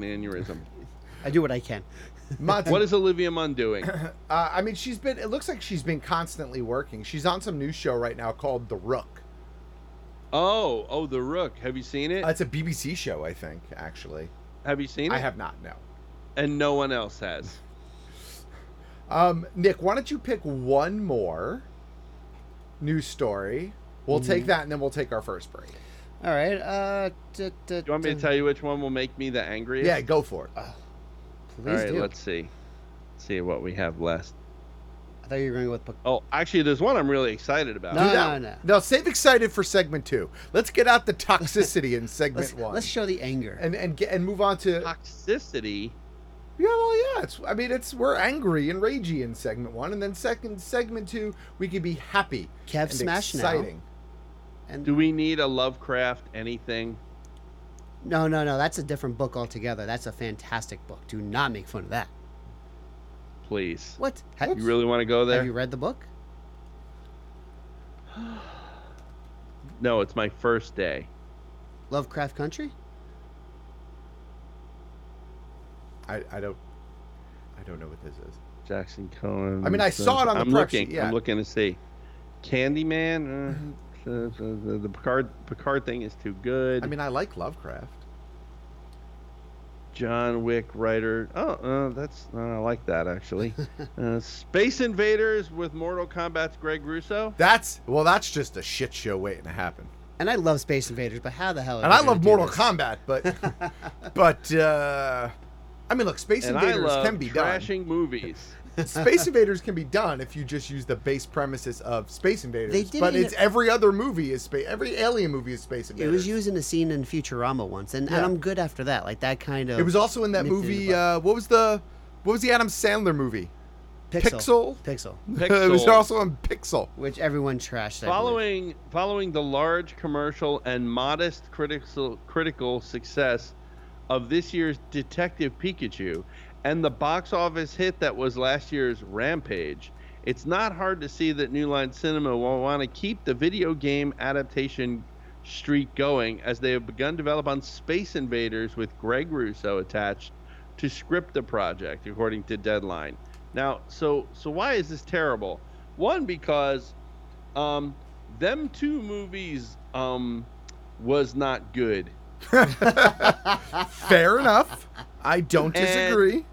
Speaker 16: aneurysm
Speaker 17: I do what I can.
Speaker 16: Monty, what is Olivia Munn doing?
Speaker 5: Uh, I mean, she's been. It looks like she's been constantly working. She's on some new show right now called The Rook.
Speaker 16: Oh, oh, The Rook. Have you seen it?
Speaker 5: Uh, it's a BBC show, I think. Actually,
Speaker 16: have you seen it?
Speaker 5: I have not. No.
Speaker 16: And no one else has.
Speaker 5: um, Nick, why don't you pick one more news story? We'll mm-hmm. take that, and then we'll take our first break.
Speaker 17: All right. Uh, d-
Speaker 16: d- do you want me to tell you which one will make me the angriest?
Speaker 5: Yeah, go for it. Oh.
Speaker 16: Please All right, do. let's see. Let's see what we have last.
Speaker 17: I thought you were going with. Pic-
Speaker 16: oh, actually, there's one I'm really excited about.
Speaker 17: No, no, no.
Speaker 5: No, save excited for segment two. Let's get out the toxicity in segment
Speaker 17: let's,
Speaker 5: one.
Speaker 17: Let's show the anger
Speaker 5: and and get, and move on to
Speaker 16: toxicity.
Speaker 5: Yeah, well, yeah. It's I mean, it's we're angry and ragey in segment one, and then second segment two, we could be happy.
Speaker 17: Kev smash exciting.
Speaker 16: now. And do we need a Lovecraft anything?
Speaker 17: No, no, no. That's a different book altogether. That's a fantastic book. Do not make fun of that.
Speaker 16: Please.
Speaker 17: What?
Speaker 16: Ha- you really want to go there?
Speaker 17: Have you read the book?
Speaker 16: no, it's my first day.
Speaker 17: Lovecraft Country?
Speaker 5: I, I don't I don't know what this is.
Speaker 16: Jackson Cohen.
Speaker 5: I mean, I saw it on the
Speaker 16: I'm
Speaker 5: prep
Speaker 16: looking.
Speaker 5: Sheet, yeah. Mm-hmm.
Speaker 16: I'm looking to see. Candyman. Uh, The, the, the, Picard Picard thing is too good.
Speaker 5: I mean, I like Lovecraft.
Speaker 16: John Wick writer. Oh, uh, that's uh, I like that actually. uh, Space Invaders with Mortal Kombat's Greg Russo.
Speaker 5: That's well, that's just a shit show waiting to happen.
Speaker 17: And I love Space Invaders, but how the hell?
Speaker 5: And I love Mortal this? Kombat, but but uh, I mean, look, Space
Speaker 16: and
Speaker 5: Invaders
Speaker 16: I love
Speaker 5: can be
Speaker 16: trashing
Speaker 5: done.
Speaker 16: movies.
Speaker 5: Space Invaders can be done if you just use the base premises of Space Invaders.
Speaker 17: They did
Speaker 5: but
Speaker 17: it in
Speaker 5: it's
Speaker 17: a-
Speaker 5: every other movie is space. Every alien movie is Space
Speaker 17: It
Speaker 5: Invaders.
Speaker 17: was used in a scene in Futurama once, and,
Speaker 5: Yeah.
Speaker 17: and I'm good after that. Like that kind of.
Speaker 5: It was also in that
Speaker 17: nipped it in
Speaker 5: movie.
Speaker 17: the
Speaker 5: Uh, what was the What was the Adam Sandler movie?
Speaker 17: butt.
Speaker 5: Pixel.
Speaker 17: Pixel.
Speaker 5: it was also in Pixel,
Speaker 17: which everyone trashed. I believe.
Speaker 16: Following following the large commercial and modest critical critical success of this year's Detective Pikachu and the box office hit that was last year's Rampage, it's not hard to see that New Line Cinema will want to keep the video game adaptation streak going as they have begun develop on Space Invaders with Greg Russo attached to script the project according to Deadline. Now, so so why is this terrible? One because um, them two movies um, was not good.
Speaker 5: Fair enough. I don't
Speaker 16: And
Speaker 5: disagree.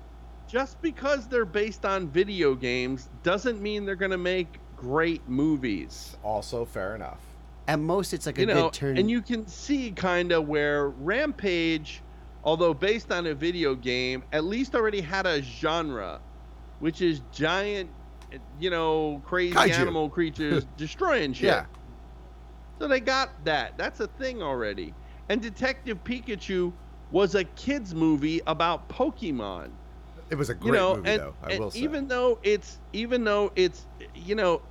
Speaker 16: Just because they're based on video games doesn't mean they're going to make great movies.
Speaker 5: Also, fair enough.
Speaker 17: At most, it's like
Speaker 16: you
Speaker 17: a
Speaker 16: know,
Speaker 17: good turn.
Speaker 16: and you can see kind of where Rampage, although based on a video game, at least already had a genre, which is giant, you know, crazy
Speaker 5: Kaiju.
Speaker 16: animal creatures destroying shit.
Speaker 5: Yeah.
Speaker 16: So they got that. That's a thing already. And Detective Pikachu was a kids movie about Pokemon.
Speaker 5: It was a great
Speaker 16: you know,
Speaker 5: movie,
Speaker 16: and,
Speaker 5: though. I
Speaker 16: and
Speaker 5: will say.
Speaker 16: even though it's even though it's you know,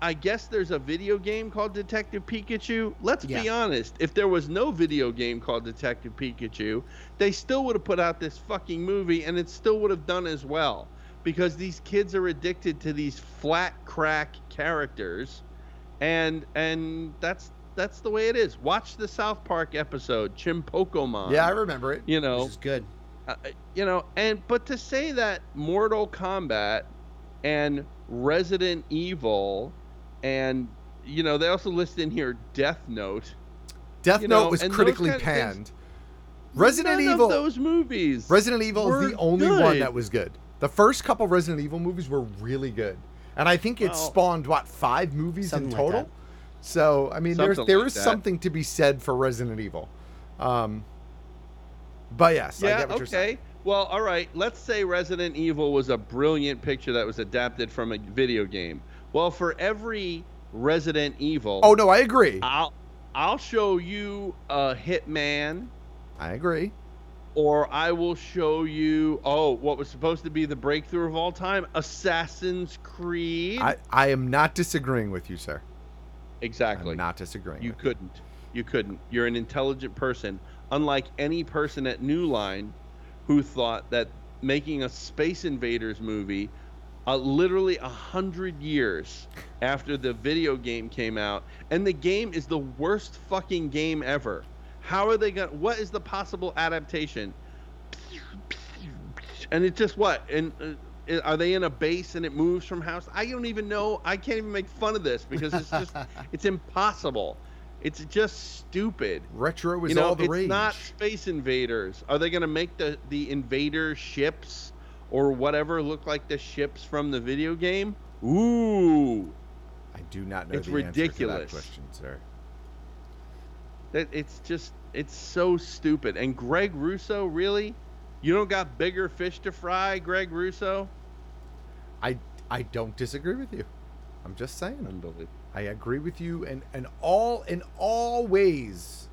Speaker 16: I guess there's a video game called Detective Pikachu. Let's be
Speaker 17: Yeah.
Speaker 16: honest. If there was no video game called Detective Pikachu, they still would have put out this fucking movie and it still would have done as well because these kids are addicted to these flat crack characters and and that's that's the way it is. Watch the South Park episode, Chimpokemon.
Speaker 5: yeah, I remember it.
Speaker 16: You know,
Speaker 17: It's good.
Speaker 16: uh, you know, and but to say that Mortal Kombat and Resident Evil and you know they also list in here Death Note.
Speaker 5: Death
Speaker 16: you
Speaker 5: Note
Speaker 16: know,
Speaker 5: was
Speaker 16: and those
Speaker 5: critically
Speaker 16: kind of things-
Speaker 5: panned. Resident
Speaker 16: None of
Speaker 5: Evil.
Speaker 16: those movies.
Speaker 5: Resident Evil is
Speaker 16: were
Speaker 5: the only one
Speaker 16: good.
Speaker 5: that was good. The first couple Resident Evil movies were really good, and I think it
Speaker 16: Well-
Speaker 5: spawned what five movies
Speaker 17: Something
Speaker 5: in
Speaker 17: like
Speaker 5: total.
Speaker 17: that.
Speaker 5: so I mean, there's
Speaker 16: Something
Speaker 5: there
Speaker 16: like
Speaker 5: is
Speaker 16: that.
Speaker 5: something to be said for Resident Evil. Um, but yes, I
Speaker 16: yeah.
Speaker 5: get what you're saying.
Speaker 16: Okay. Well, all right. Let's say Resident Evil was a brilliant picture that was adapted from a video game. Well, for every Resident Evil,
Speaker 5: Oh no, I agree.
Speaker 16: I'll I'll show you a Hitman.
Speaker 5: I agree.
Speaker 16: or I will show you. Oh, what was supposed to be the breakthrough of all time, Assassin's Creed.
Speaker 5: I, I am not disagreeing with you, sir.
Speaker 16: exactly.
Speaker 5: I'm not disagreeing.
Speaker 16: you
Speaker 5: with
Speaker 16: couldn't. You couldn't. You're an intelligent person, unlike any person at New Line, who thought that making a Space Invaders movie, uh, literally a hundred years after the video game came out, and the game is the worst fucking game ever. How are they gonna? What is the possible adaptation? and it just what and uh, i- are they in a base and it moves from house i don't even know i can't even make fun of this because it's just it's impossible it's just stupid
Speaker 5: Retro is
Speaker 16: you know
Speaker 5: all the
Speaker 16: it's
Speaker 5: rage.
Speaker 16: not space invaders are they going to make the the invader ships or whatever look like the ships from the video game ooh
Speaker 5: I do not know
Speaker 16: It's
Speaker 5: the answer to that
Speaker 16: ridiculous.
Speaker 5: question, sir.
Speaker 16: that it's just it's so stupid and greg russo really you don't got bigger fish to fry greg russo
Speaker 5: I I don't disagree with you. I'm just saying.
Speaker 16: unbelievable
Speaker 5: I agree with you and and all in all ways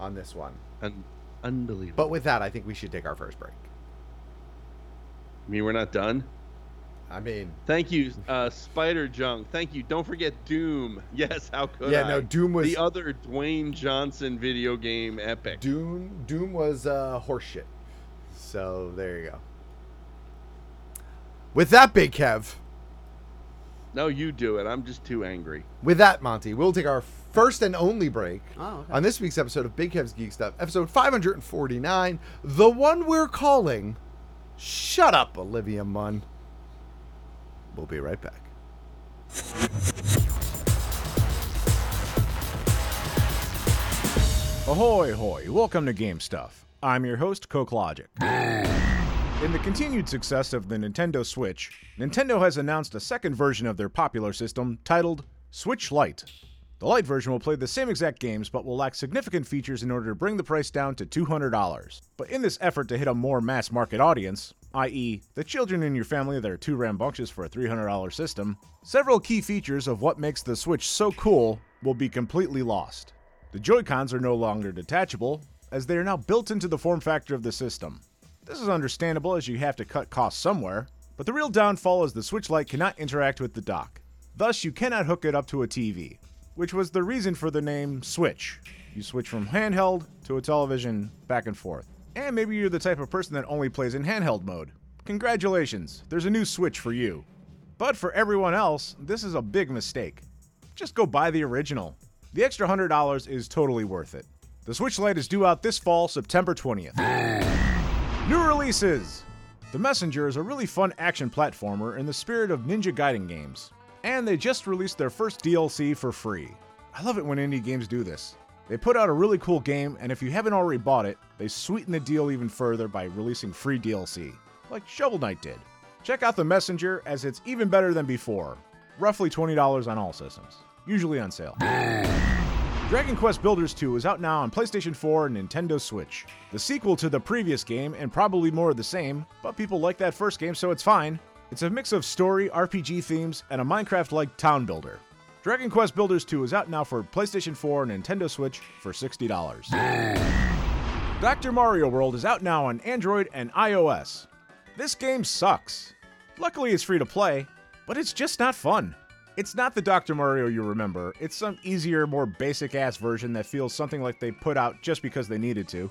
Speaker 5: on this one.
Speaker 16: Un- unbelievable.
Speaker 5: But with that, I think we should take our first break.
Speaker 16: I mean, we're not done.
Speaker 5: I mean,
Speaker 16: Thank you, uh, Spider Junk. Thank you. Don't forget Doom. Yes, how could
Speaker 5: Yeah,
Speaker 16: I?
Speaker 5: no, Doom was-
Speaker 16: the other Dwayne Johnson video game epic.
Speaker 5: Doom Doom was uh, horseshit. So there you go. With that, Big Kev.
Speaker 16: No, you do it. I'm just too angry.
Speaker 5: With that, Monty, we'll take our first and only break
Speaker 17: Oh, okay.
Speaker 5: on this week's episode of Big Kev's Geek Stuff, episode 549, the one we're calling Shut Up, Olivia Munn. We'll be right back.
Speaker 1: Ahoy, hoy, welcome to Game Stuff. I'm your host, CokeLogic. In the continued success of the Nintendo Switch, Nintendo has announced a second version of their popular system titled Switch Lite. The Lite version will play the same exact games but will lack significant features in order to bring the price down to $200. But in this effort to hit a more mass market audience, i.e., E, the children in your family that are too rambunctious for a $300 system, several key features of what makes the Switch so cool will be completely lost. The Joy-Cons are no longer detachable, as they are now built into the form factor of the system. This is understandable as you have to cut costs somewhere, but the real downfall is the Switch Lite cannot interact with the dock. Thus, you cannot hook it up to a TV, which was the reason for the name Switch. You switch from handheld to a television, back and forth. And maybe you're the type of person that only plays in handheld mode. Congratulations, there's a new Switch for you. But for everyone else, this is a big mistake. Just go buy the original. The extra $100 is totally worth it. The Switch Lite is due out this fall, September 20th. new releases! The Messenger is a really fun action platformer in the spirit of Ninja Gaiden games, and they just released their first DLC for free. I love it when indie games do this. They put out a really cool game, and if you haven't already bought it, they sweeten the deal even further by releasing free DLC, like Shovel Knight did. Check out The Messenger, as it's even better than before. Roughly $20 on all systems, usually on sale. Dragon Quest Builders 2 is out now on PlayStation 4 and Nintendo Switch. The sequel to the previous game, and probably more of the same, but people like that first game, so it's fine. It's a mix of story, RPG themes, and a Minecraft like town builder. Dragon Quest Builders 2 is out now for PlayStation 4 and Nintendo Switch for $60. Dr. Mario World is out now on Android and iOS. This game sucks. Luckily, it's free to play, but it's just not fun. It's not the Dr. Mario you remember, it's some easier, more basic ass version that feels something like they put out just because they needed to.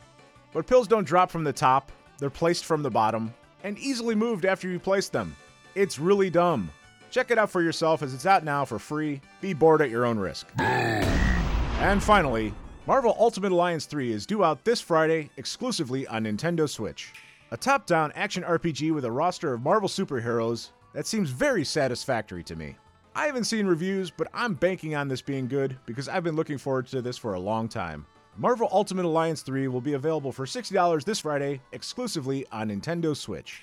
Speaker 1: But pills don't drop from the top, they're placed from the bottom, and easily moved after you place them. It's really dumb. Check it out for yourself as it's out now for free. Be bored at your own risk. and finally, Marvel Ultimate Alliance 3 is due out this Friday exclusively on Nintendo Switch. A top down action RPG with a roster of Marvel superheroes that seems very satisfactory to me. I haven't seen reviews, but I'm banking on this being good because I've been looking forward to this for a long time. Marvel Ultimate Alliance 3 will be available for $60 this Friday exclusively on Nintendo Switch.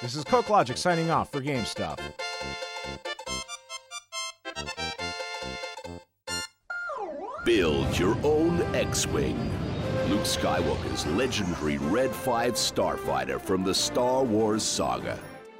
Speaker 1: This is Coke Logic signing off for Game Stuff.
Speaker 18: Build your own X Wing. Luke Skywalker's legendary Red 5 starfighter from the Star Wars saga.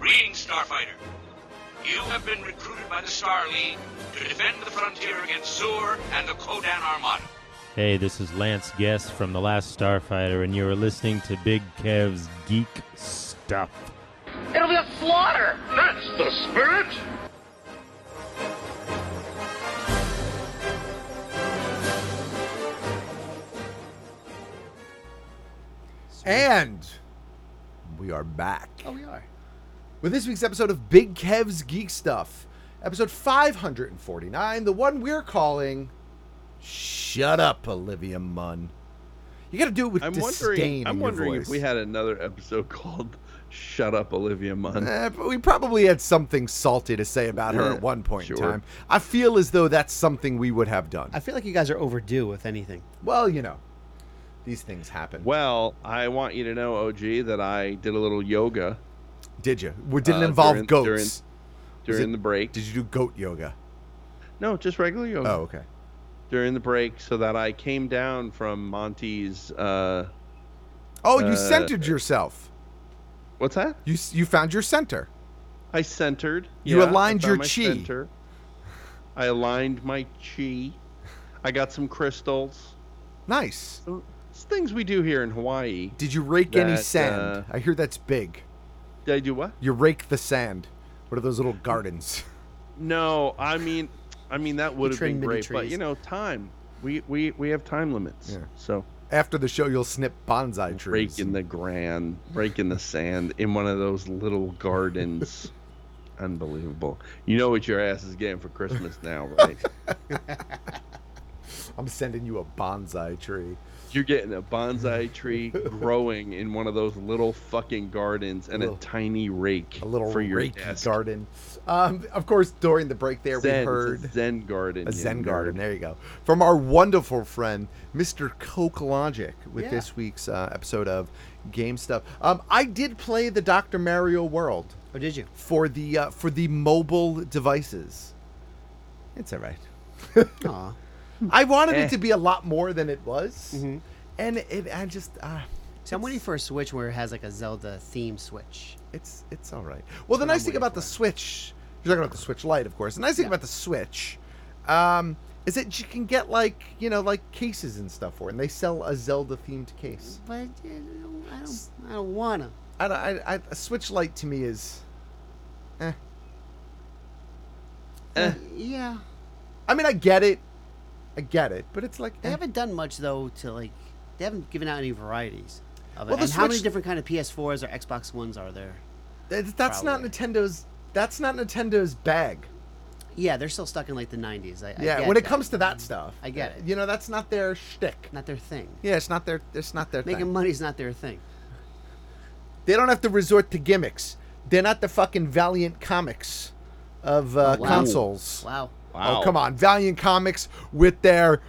Speaker 19: Greetings, Starfighter. You have been recruited by the Star League to defend the frontier against Zur and the Kodan Armada.
Speaker 20: Hey, this is Lance Guest from The Last Starfighter, and you're listening to Big Kev's Geek Stuff.
Speaker 21: It'll be a slaughter!
Speaker 22: That's the spirit!
Speaker 5: And we are back.
Speaker 16: Oh, we are.
Speaker 5: With this week's episode of Big Kev's Geek Stuff, episode 549, the one we're calling Shut Up, Olivia Munn. You got to do it with
Speaker 16: I'm
Speaker 5: disdain.
Speaker 16: wondering,
Speaker 5: in
Speaker 16: I'm
Speaker 5: your
Speaker 16: wondering
Speaker 5: voice.
Speaker 16: if we had another episode called Shut Up, Olivia Munn.
Speaker 5: Eh, but we probably had something salty to say about her
Speaker 16: Yeah,
Speaker 5: at one point in
Speaker 16: sure.
Speaker 5: time. I feel as though that's something we would have done.
Speaker 17: I feel like you guys are overdue with anything.
Speaker 5: Well, you know, these things happen.
Speaker 16: Well, I want you to know, OG, that I did a little yoga.
Speaker 5: Did you? We didn't
Speaker 16: uh,
Speaker 5: involve
Speaker 16: during-
Speaker 5: goats.
Speaker 16: during-
Speaker 5: Was
Speaker 16: during
Speaker 5: it-
Speaker 16: the break.
Speaker 5: Did you do goat yoga?
Speaker 16: No, just regular yoga.
Speaker 5: Oh, okay.
Speaker 16: During the break, so that I came down from Monty's. Uh,
Speaker 5: Oh, you
Speaker 16: uh,
Speaker 5: centered yourself.
Speaker 16: What's that?
Speaker 5: You s- you found your center.
Speaker 16: I centered.
Speaker 5: You
Speaker 16: yeah, I
Speaker 5: aligned
Speaker 16: found
Speaker 5: your
Speaker 16: my
Speaker 5: chi.
Speaker 16: center. I aligned my chi. I got some crystals.
Speaker 5: Nice.
Speaker 16: So, It's things we do here in Hawaii.
Speaker 5: Did you rake any
Speaker 16: That,
Speaker 5: sand?
Speaker 16: uh,
Speaker 5: I hear that's big.
Speaker 16: Did I do what?
Speaker 5: You rake the sand. What are those little gardens?
Speaker 16: No, I mean, I mean that would have
Speaker 5: trimmed
Speaker 16: been
Speaker 5: many
Speaker 16: great, but
Speaker 5: trees.
Speaker 16: you know, time. We we we have time limits.
Speaker 5: Yeah.
Speaker 16: So
Speaker 5: After the show, you'll snip bonsai trees.
Speaker 16: break in the grand, break in the sand in one of those little gardens. Unbelievable. You know what your ass is getting for Christmas now, right?
Speaker 5: I'm sending you a bonsai tree.
Speaker 16: You're getting a bonsai tree growing in one of those little fucking gardens and a,
Speaker 5: little-
Speaker 16: tiny rake
Speaker 5: a little
Speaker 16: for your
Speaker 5: rake
Speaker 16: desk.
Speaker 5: garden. Um, of course, during the break there,
Speaker 16: Zen,
Speaker 5: we
Speaker 16: it's a
Speaker 5: heard
Speaker 16: Zen garden.
Speaker 5: a
Speaker 16: you
Speaker 5: Zen
Speaker 16: nerd.
Speaker 5: garden. There you go. From our wonderful friend, Mr. Coke Logic, with
Speaker 16: Yeah.
Speaker 5: this week's uh, episode of Game Stuff. Um, I did play the Dr. Mario World.
Speaker 17: Oh, did you?
Speaker 5: For the uh, for the mobile devices. It's all right.
Speaker 17: Aw.
Speaker 16: Hmm.
Speaker 5: I wanted
Speaker 17: Eh.
Speaker 5: it to be a lot more than it was,
Speaker 16: Mm-hmm.
Speaker 5: and it I just uh,
Speaker 17: So I'm waiting for a Switch where it has like a Zelda theme Switch.
Speaker 5: It's it's all right. Well, the nice thing about the Switch, you're talking about the Switch Lite, of course. The nice thing about the Switch um, is that you can get like you know like cases and stuff for, it, and they sell a Zelda themed case.
Speaker 17: But you know, I don't, I don't wanna.
Speaker 5: I, don't- I, I, a Switch Lite to me is, eh. Eh.
Speaker 17: Yeah.
Speaker 5: I mean, I get it, I get it, but it's like eh,
Speaker 17: They haven't done much though to like. They haven't given out any varieties of it.
Speaker 5: Well, the
Speaker 17: and how many
Speaker 5: Switch-
Speaker 17: different kind of PS4s or Xbox Ones are there?
Speaker 5: That- that's not Nintendo's. That's not Nintendo's bag.
Speaker 17: Yeah, they're still stuck in like the 90s. I, I
Speaker 5: yeah,
Speaker 17: get
Speaker 5: when it
Speaker 17: that. Mm.
Speaker 5: comes to that stuff, eh,
Speaker 17: I get it.
Speaker 5: You know, that's not their shtick.
Speaker 17: Not their thing.
Speaker 5: Yeah, it's not their. It's not their.
Speaker 17: Making
Speaker 5: thing.
Speaker 17: money's not their thing.
Speaker 5: They don't have to resort to gimmicks. They're not the fucking Valiant Comics of uh,
Speaker 17: Oh, wow.
Speaker 5: consoles.
Speaker 17: Wow.
Speaker 5: Oh come on, Valiant Comics with their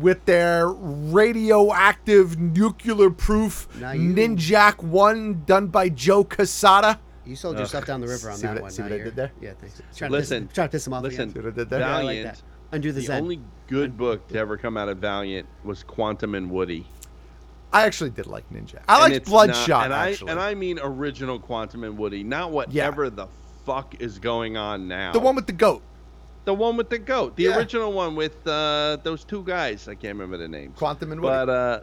Speaker 5: with their radioactive nuclear proof
Speaker 17: Now you-
Speaker 5: Ninjak one done by Joe Casada.
Speaker 17: You sold yourself down the river on
Speaker 5: See
Speaker 17: that
Speaker 5: what I-
Speaker 17: one.
Speaker 5: see
Speaker 17: now
Speaker 5: what I
Speaker 17: you're-
Speaker 5: did there?
Speaker 17: Yeah, thanks. Trying
Speaker 16: Listen,
Speaker 17: to piss, trying to piss him off
Speaker 16: Listen,
Speaker 17: again. Yeah, I like
Speaker 16: Valiant.
Speaker 17: that. Undo the,
Speaker 16: the
Speaker 17: Zen.
Speaker 16: only good book to ever come out of Valiant was Quantum and Woody.
Speaker 5: I actually did like Ninjak.
Speaker 16: And
Speaker 5: I liked
Speaker 16: it's
Speaker 5: Bloodshot
Speaker 16: not- and
Speaker 5: actually.
Speaker 16: I and I mean original Quantum and Woody, not whatever the fuck is going on now.
Speaker 5: the one with the goat.
Speaker 16: the one with the goat, the
Speaker 5: Yeah.
Speaker 16: original one with uh, those two guys. I can't remember the names.
Speaker 5: Quantum and Woody.
Speaker 16: But uh,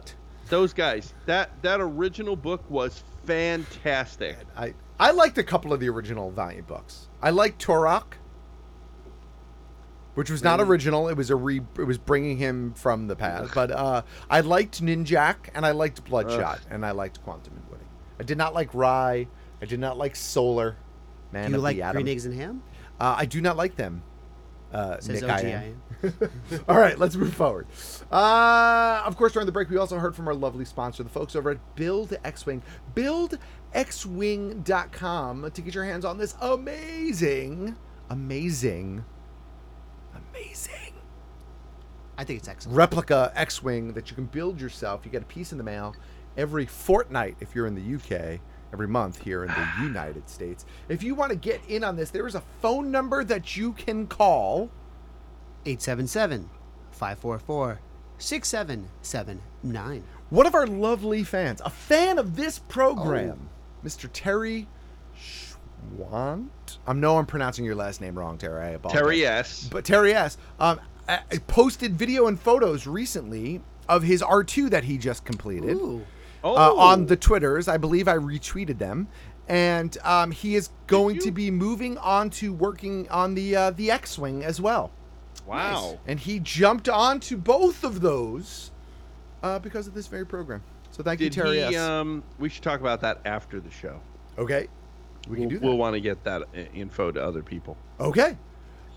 Speaker 16: those guys, that that original book was fantastic.
Speaker 5: I I liked a couple of the original Valiant books. I liked Turok, which was not
Speaker 17: Mm.
Speaker 16: Really?
Speaker 5: original. It was a re. It was bringing him from the past. But uh, I liked Ninjak, and I liked Bloodshot,
Speaker 16: Ugh.
Speaker 5: and I liked Quantum and Woody. I did not like Rye. I did not like Solar. Man,
Speaker 17: Do you
Speaker 5: of
Speaker 17: like
Speaker 5: the Atom.
Speaker 17: green eggs and ham?
Speaker 5: Uh, I do not like them. Uh,
Speaker 17: Says
Speaker 5: Nick, I
Speaker 17: OG,
Speaker 5: am.
Speaker 17: I am.
Speaker 5: All right, let's move forward. Uh, of course, during the break, we also heard from our lovely sponsor, the folks over at Build X Wing. BuildXWing.com to get your hands on this amazing, amazing Amazing.
Speaker 17: I think it's excellent.
Speaker 5: replica X Wing that you can build yourself. You get a piece in the mail every fortnight if you're in the UK, every month here in the United States. If you want to get in on this, there is a phone number that you can call.
Speaker 17: 877 544 6779.
Speaker 5: One of our lovely fans, a fan of this
Speaker 16: Oh.
Speaker 5: program, Mr. Terry Schwant. I know I'm pronouncing your last name wrong, Terry. I apologize.
Speaker 16: Terry S.
Speaker 5: But uh, Terry S. Um, uh, posted video and photos recently of his R2 that he just completed
Speaker 17: Ooh.
Speaker 5: uh,
Speaker 16: Oh.
Speaker 5: on the Twitters. I believe I retweeted them. And um, he is going to be moving on to working on the uh, the X Wing as well.
Speaker 16: Wow.
Speaker 5: And he jumped onto both of those uh, because of this very program. So thank
Speaker 16: Did
Speaker 5: you, Terry.
Speaker 16: he,
Speaker 5: S.
Speaker 16: um, we should talk about that after the show.
Speaker 5: okay, we can
Speaker 16: We'll-
Speaker 5: do that.
Speaker 16: We'll want to get that i- info to other people.
Speaker 5: okay,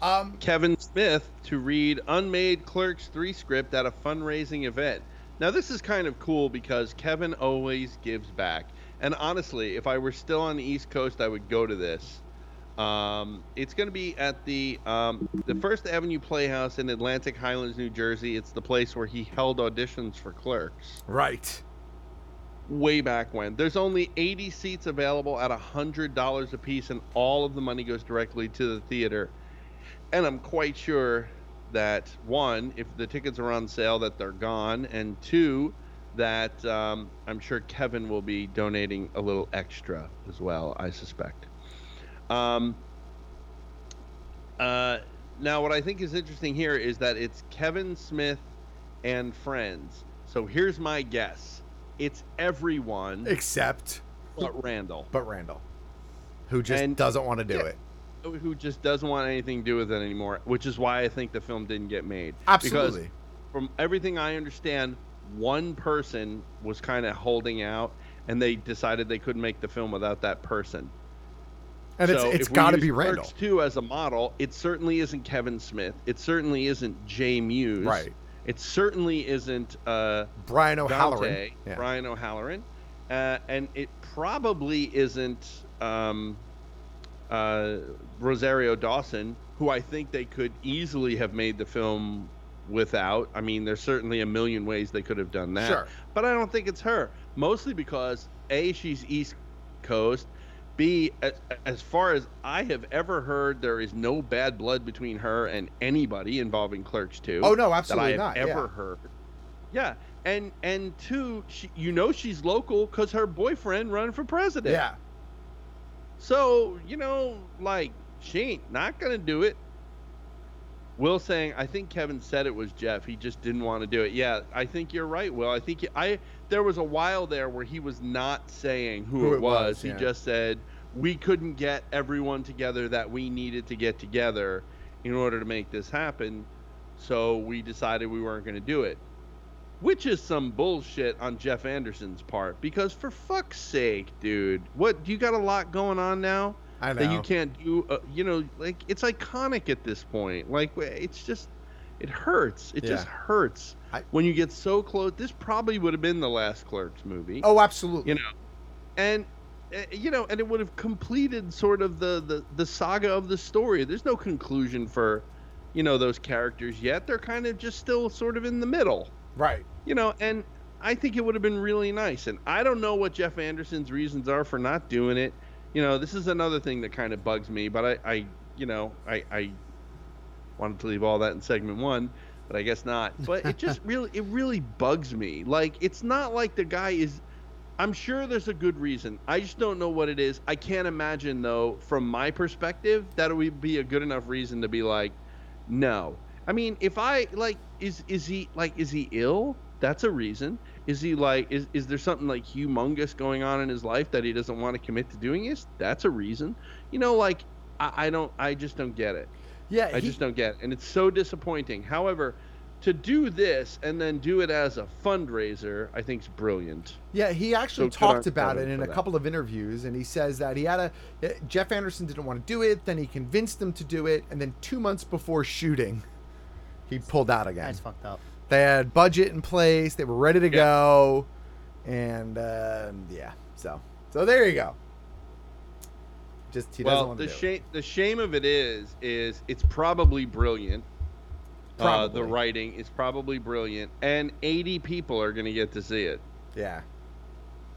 Speaker 5: um,
Speaker 16: Kevin Smith to read Unmade Clerks 3 script at a fundraising event. Now, this is kind of cool because Kevin always gives back. And honestly, if I were still on the East Coast, I would go to this. Um, it's going to be at the um, the First Avenue Playhouse in Atlantic Highlands, New Jersey. It's the place where he held auditions for Clerks
Speaker 5: right.
Speaker 16: way back when. There's only 80 seats available at $100 a piece, and all of the money goes directly to the theater. And I'm quite sure that, one, if the tickets are on sale, that they're gone, and two, that um, I'm sure Kevin will be donating a little extra as well, I suspect. Um, uh, now, what I think is interesting here is that it's Kevin Smith and friends. So here's my guess: it's everyone
Speaker 5: Except
Speaker 16: but Randall,
Speaker 5: but Randall, who just
Speaker 16: And-
Speaker 5: doesn't want to do
Speaker 16: Yeah.
Speaker 5: it.
Speaker 16: who just doesn't want anything to do with it anymore. Which is why I think the film didn't get made.
Speaker 5: Absolutely.
Speaker 16: Because from everything I understand, one person was kind of holding out, and they decided they couldn't make the film without that person.
Speaker 5: And it's
Speaker 16: So
Speaker 5: it's
Speaker 16: if we
Speaker 5: got to
Speaker 16: use
Speaker 5: be
Speaker 16: Clerks
Speaker 5: Randall.
Speaker 16: Two as a model, it certainly isn't Kevin Smith. It certainly isn't Jay Muse.
Speaker 5: Right.
Speaker 16: It certainly isn't uh,
Speaker 5: Brian O'Halloran. Dante,
Speaker 16: yeah. Brian O'Halloran, uh, and it probably isn't um, uh, Rosario Dawson, who I think they could easily have made the film without. I mean, there's certainly a million ways they could have done that.
Speaker 5: Sure.
Speaker 16: But I don't think it's her, mostly because a she's East Coast. B, as, as far as I have ever heard, there is no bad blood between her and anybody involving Clerks 2.
Speaker 5: Oh no, absolutely that I have
Speaker 16: not. Ever yeah. heard? Yeah, and and two, she, you know she's local because her boyfriend run for president.
Speaker 5: Yeah.
Speaker 16: So you know, like she ain't not gonna do it. Will saying, I think Kevin said it was Jeff. He just didn't want to do it. Yeah, I think you're right, Will. I think he, I there was a while there where he was not saying who, who it was. was he yeah. just said we couldn't get everyone together that we needed to get together in order to make this happen. So we decided we weren't going to do it. Which is some bullshit on Jeff Anderson's part because for fuck's sake, dude. What you got a lot going on now? that you can't do. Uh, you know, like it's iconic at this point. Like it's just, it hurts. It yeah. just hurts I, when you get so close. This probably would have been the last Clerks movie.
Speaker 5: Oh, absolutely.
Speaker 16: You know, and uh, you know, and it would have completed sort of the the the saga of the story. There's no conclusion for, you know, those characters yet. They're kind of just still sort of in the middle.
Speaker 5: Right.
Speaker 16: You know, and. I think it would have been really nice. And I don't know what Jeff Anderson's reasons are for not doing it you know, this is another thing that kind of bugs me, but I, I you know, I, I wanted to leave all that in segment one, but I guess not. But it just really, it really bugs me. Like, it's not like the guy is, I'm sure there's a good reason. I just don't know what it is. I can't imagine, though, from my perspective, that would be a good enough reason to be like, no. I mean, if I, like, is, is he, like, is he ill? That's a reason is he like is, is there something like humongous going on in his life that he doesn't want to commit to doing this that's a reason you know like i, I don't i just don't get it
Speaker 5: yeah
Speaker 16: i he... just don't get it and it's so disappointing however to do this and then do it as a fundraiser i think is brilliant
Speaker 5: yeah he actually so talked about it in a couple that. of interviews and he says that he had a uh, jeff anderson didn't want to do it then he convinced him to do it and then two months before shooting he pulled out again
Speaker 17: that's fucked up
Speaker 5: they had budget in place they were ready to yeah. go and uh, yeah so so there you go just he
Speaker 16: well,
Speaker 5: doesn't want
Speaker 16: the
Speaker 5: to do
Speaker 16: shame the shame of it is is it's probably brilliant probably. Uh, the writing is probably brilliant and 80 people are going to get to see it
Speaker 5: yeah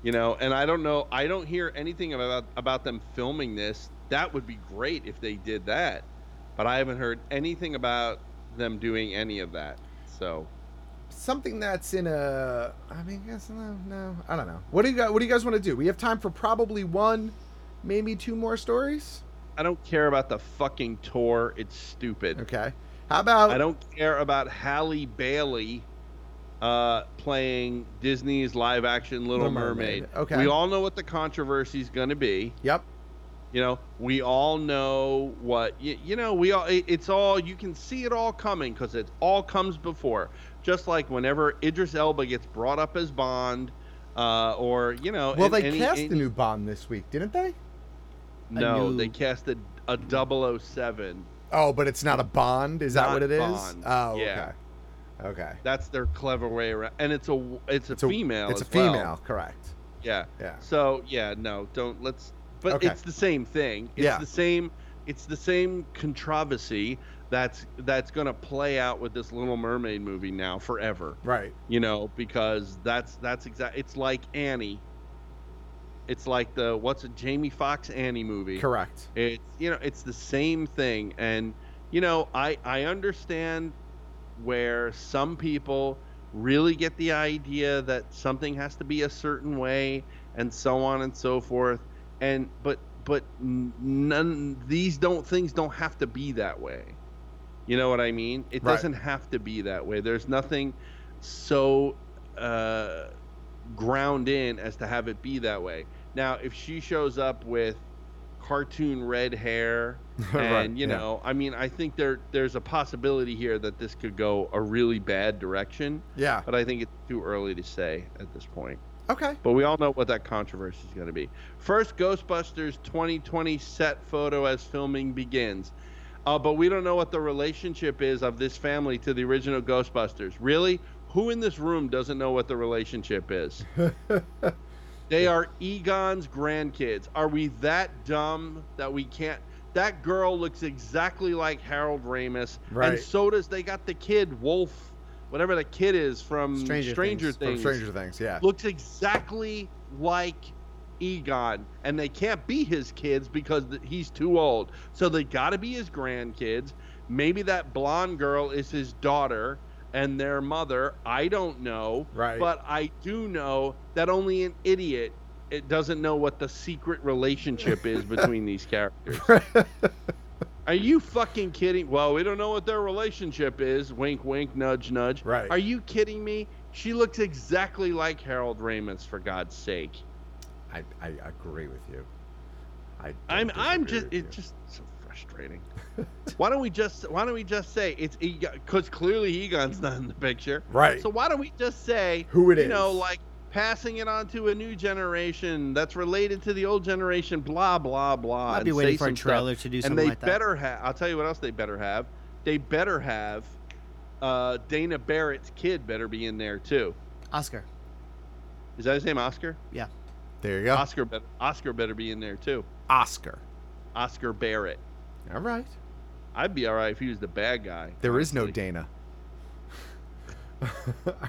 Speaker 16: you know and i don't know i don't hear anything about about them filming this that would be great if they did that but i haven't heard anything about them doing any of that so
Speaker 5: something that's in a I mean I guess no, no I don't know. What do you guys, what do you guys want to do? We have time for probably one, maybe two more stories.
Speaker 16: I don't care about the fucking tour. It's stupid.
Speaker 5: Okay. How about
Speaker 16: I don't care about Halle Bailey uh, playing Disney's live action Little, Little Mermaid. Mermaid.
Speaker 5: Okay.
Speaker 16: We all know what the controversy is going to be.
Speaker 5: Yep.
Speaker 16: You know, we all know what you, you, know. We all it's all you can see it all coming because it all comes before. Just like whenever Idris Elba gets brought up as Bond, uh, or you know,
Speaker 5: well, and, they and cast he, and, a new Bond this week, didn't they?
Speaker 16: No, new... they cast a, a 007.
Speaker 5: Oh, but it's not a Bond. Is not that what it is?
Speaker 16: Bond.
Speaker 5: Oh, yeah. okay, okay.
Speaker 16: That's their clever way around, and it's a it's a it's female.
Speaker 5: A, it's a
Speaker 16: well.
Speaker 5: female, correct?
Speaker 16: Yeah,
Speaker 5: yeah.
Speaker 16: So yeah, no, don't let's but okay. it's the same thing. It's yeah. the same it's the same controversy that's that's going to play out with this little mermaid movie now forever.
Speaker 5: Right.
Speaker 16: You know, because that's that's exact it's like Annie. It's like the what's a Jamie Fox Annie movie.
Speaker 5: Correct.
Speaker 16: It's you know, it's the same thing and you know, I I understand where some people really get the idea that something has to be a certain way and so on and so forth and but but none these don't things don't have to be that way you know what i mean it right. doesn't have to be that way there's nothing so uh ground in as to have it be that way now if she shows up with cartoon red hair and right, you know yeah. i mean i think there there's a possibility here that this could go a really bad direction
Speaker 5: yeah
Speaker 16: but i think it's too early to say at this point
Speaker 5: Okay.
Speaker 16: But we all know what that controversy is going to be. First Ghostbusters 2020 set photo as filming begins. Uh, but we don't know what the relationship is of this family to the original Ghostbusters. Really? Who in this room doesn't know what the relationship is? they are Egon's grandkids. Are we that dumb that we can't? That girl looks exactly like Harold Ramis.
Speaker 5: Right.
Speaker 16: And so does they got the kid, Wolf, whatever the kid is from Stranger,
Speaker 5: Stranger Things. From
Speaker 16: Things.
Speaker 5: Stranger Things, yeah.
Speaker 16: Looks exactly like Egon, and they can't be his kids because th- he's too old. So they got to be his grandkids. Maybe that blonde girl is his daughter and their mother. I don't know.
Speaker 5: Right.
Speaker 16: But I do know that only an idiot it doesn't know what the secret relationship is between these characters. Are you fucking kidding? Well, we don't know what their relationship is. Wink, wink, nudge, nudge.
Speaker 5: Right.
Speaker 16: Are you kidding me? She looks exactly like Harold Ramis, for God's sake.
Speaker 5: I, I agree with you. I
Speaker 16: I'm I'm just it's just so frustrating. why don't we just why don't we just say it's because clearly Egon's not in the picture,
Speaker 5: Right.
Speaker 16: So why don't we just say
Speaker 5: Who it
Speaker 16: it is? you know,
Speaker 5: is.
Speaker 16: like passing it on to a new generation that's related to the old generation, blah blah blah.
Speaker 17: I'd
Speaker 16: and
Speaker 17: be waiting
Speaker 16: say
Speaker 17: for a
Speaker 16: some stuff.
Speaker 17: trailer to do something
Speaker 16: And they
Speaker 17: like that.
Speaker 16: better have. I'll tell you what else they better have. They better have uh, Dana Barrett's kid better be in there too.
Speaker 17: Oscar.
Speaker 16: Is that his name, Oscar?
Speaker 17: Yeah.
Speaker 5: There you go.
Speaker 16: Oscar, bet- Oscar better be in there too.
Speaker 5: Oscar.
Speaker 16: Oscar Barrett.
Speaker 5: All right.
Speaker 16: I'd be all right if he was the bad guy.
Speaker 5: There is no Dana.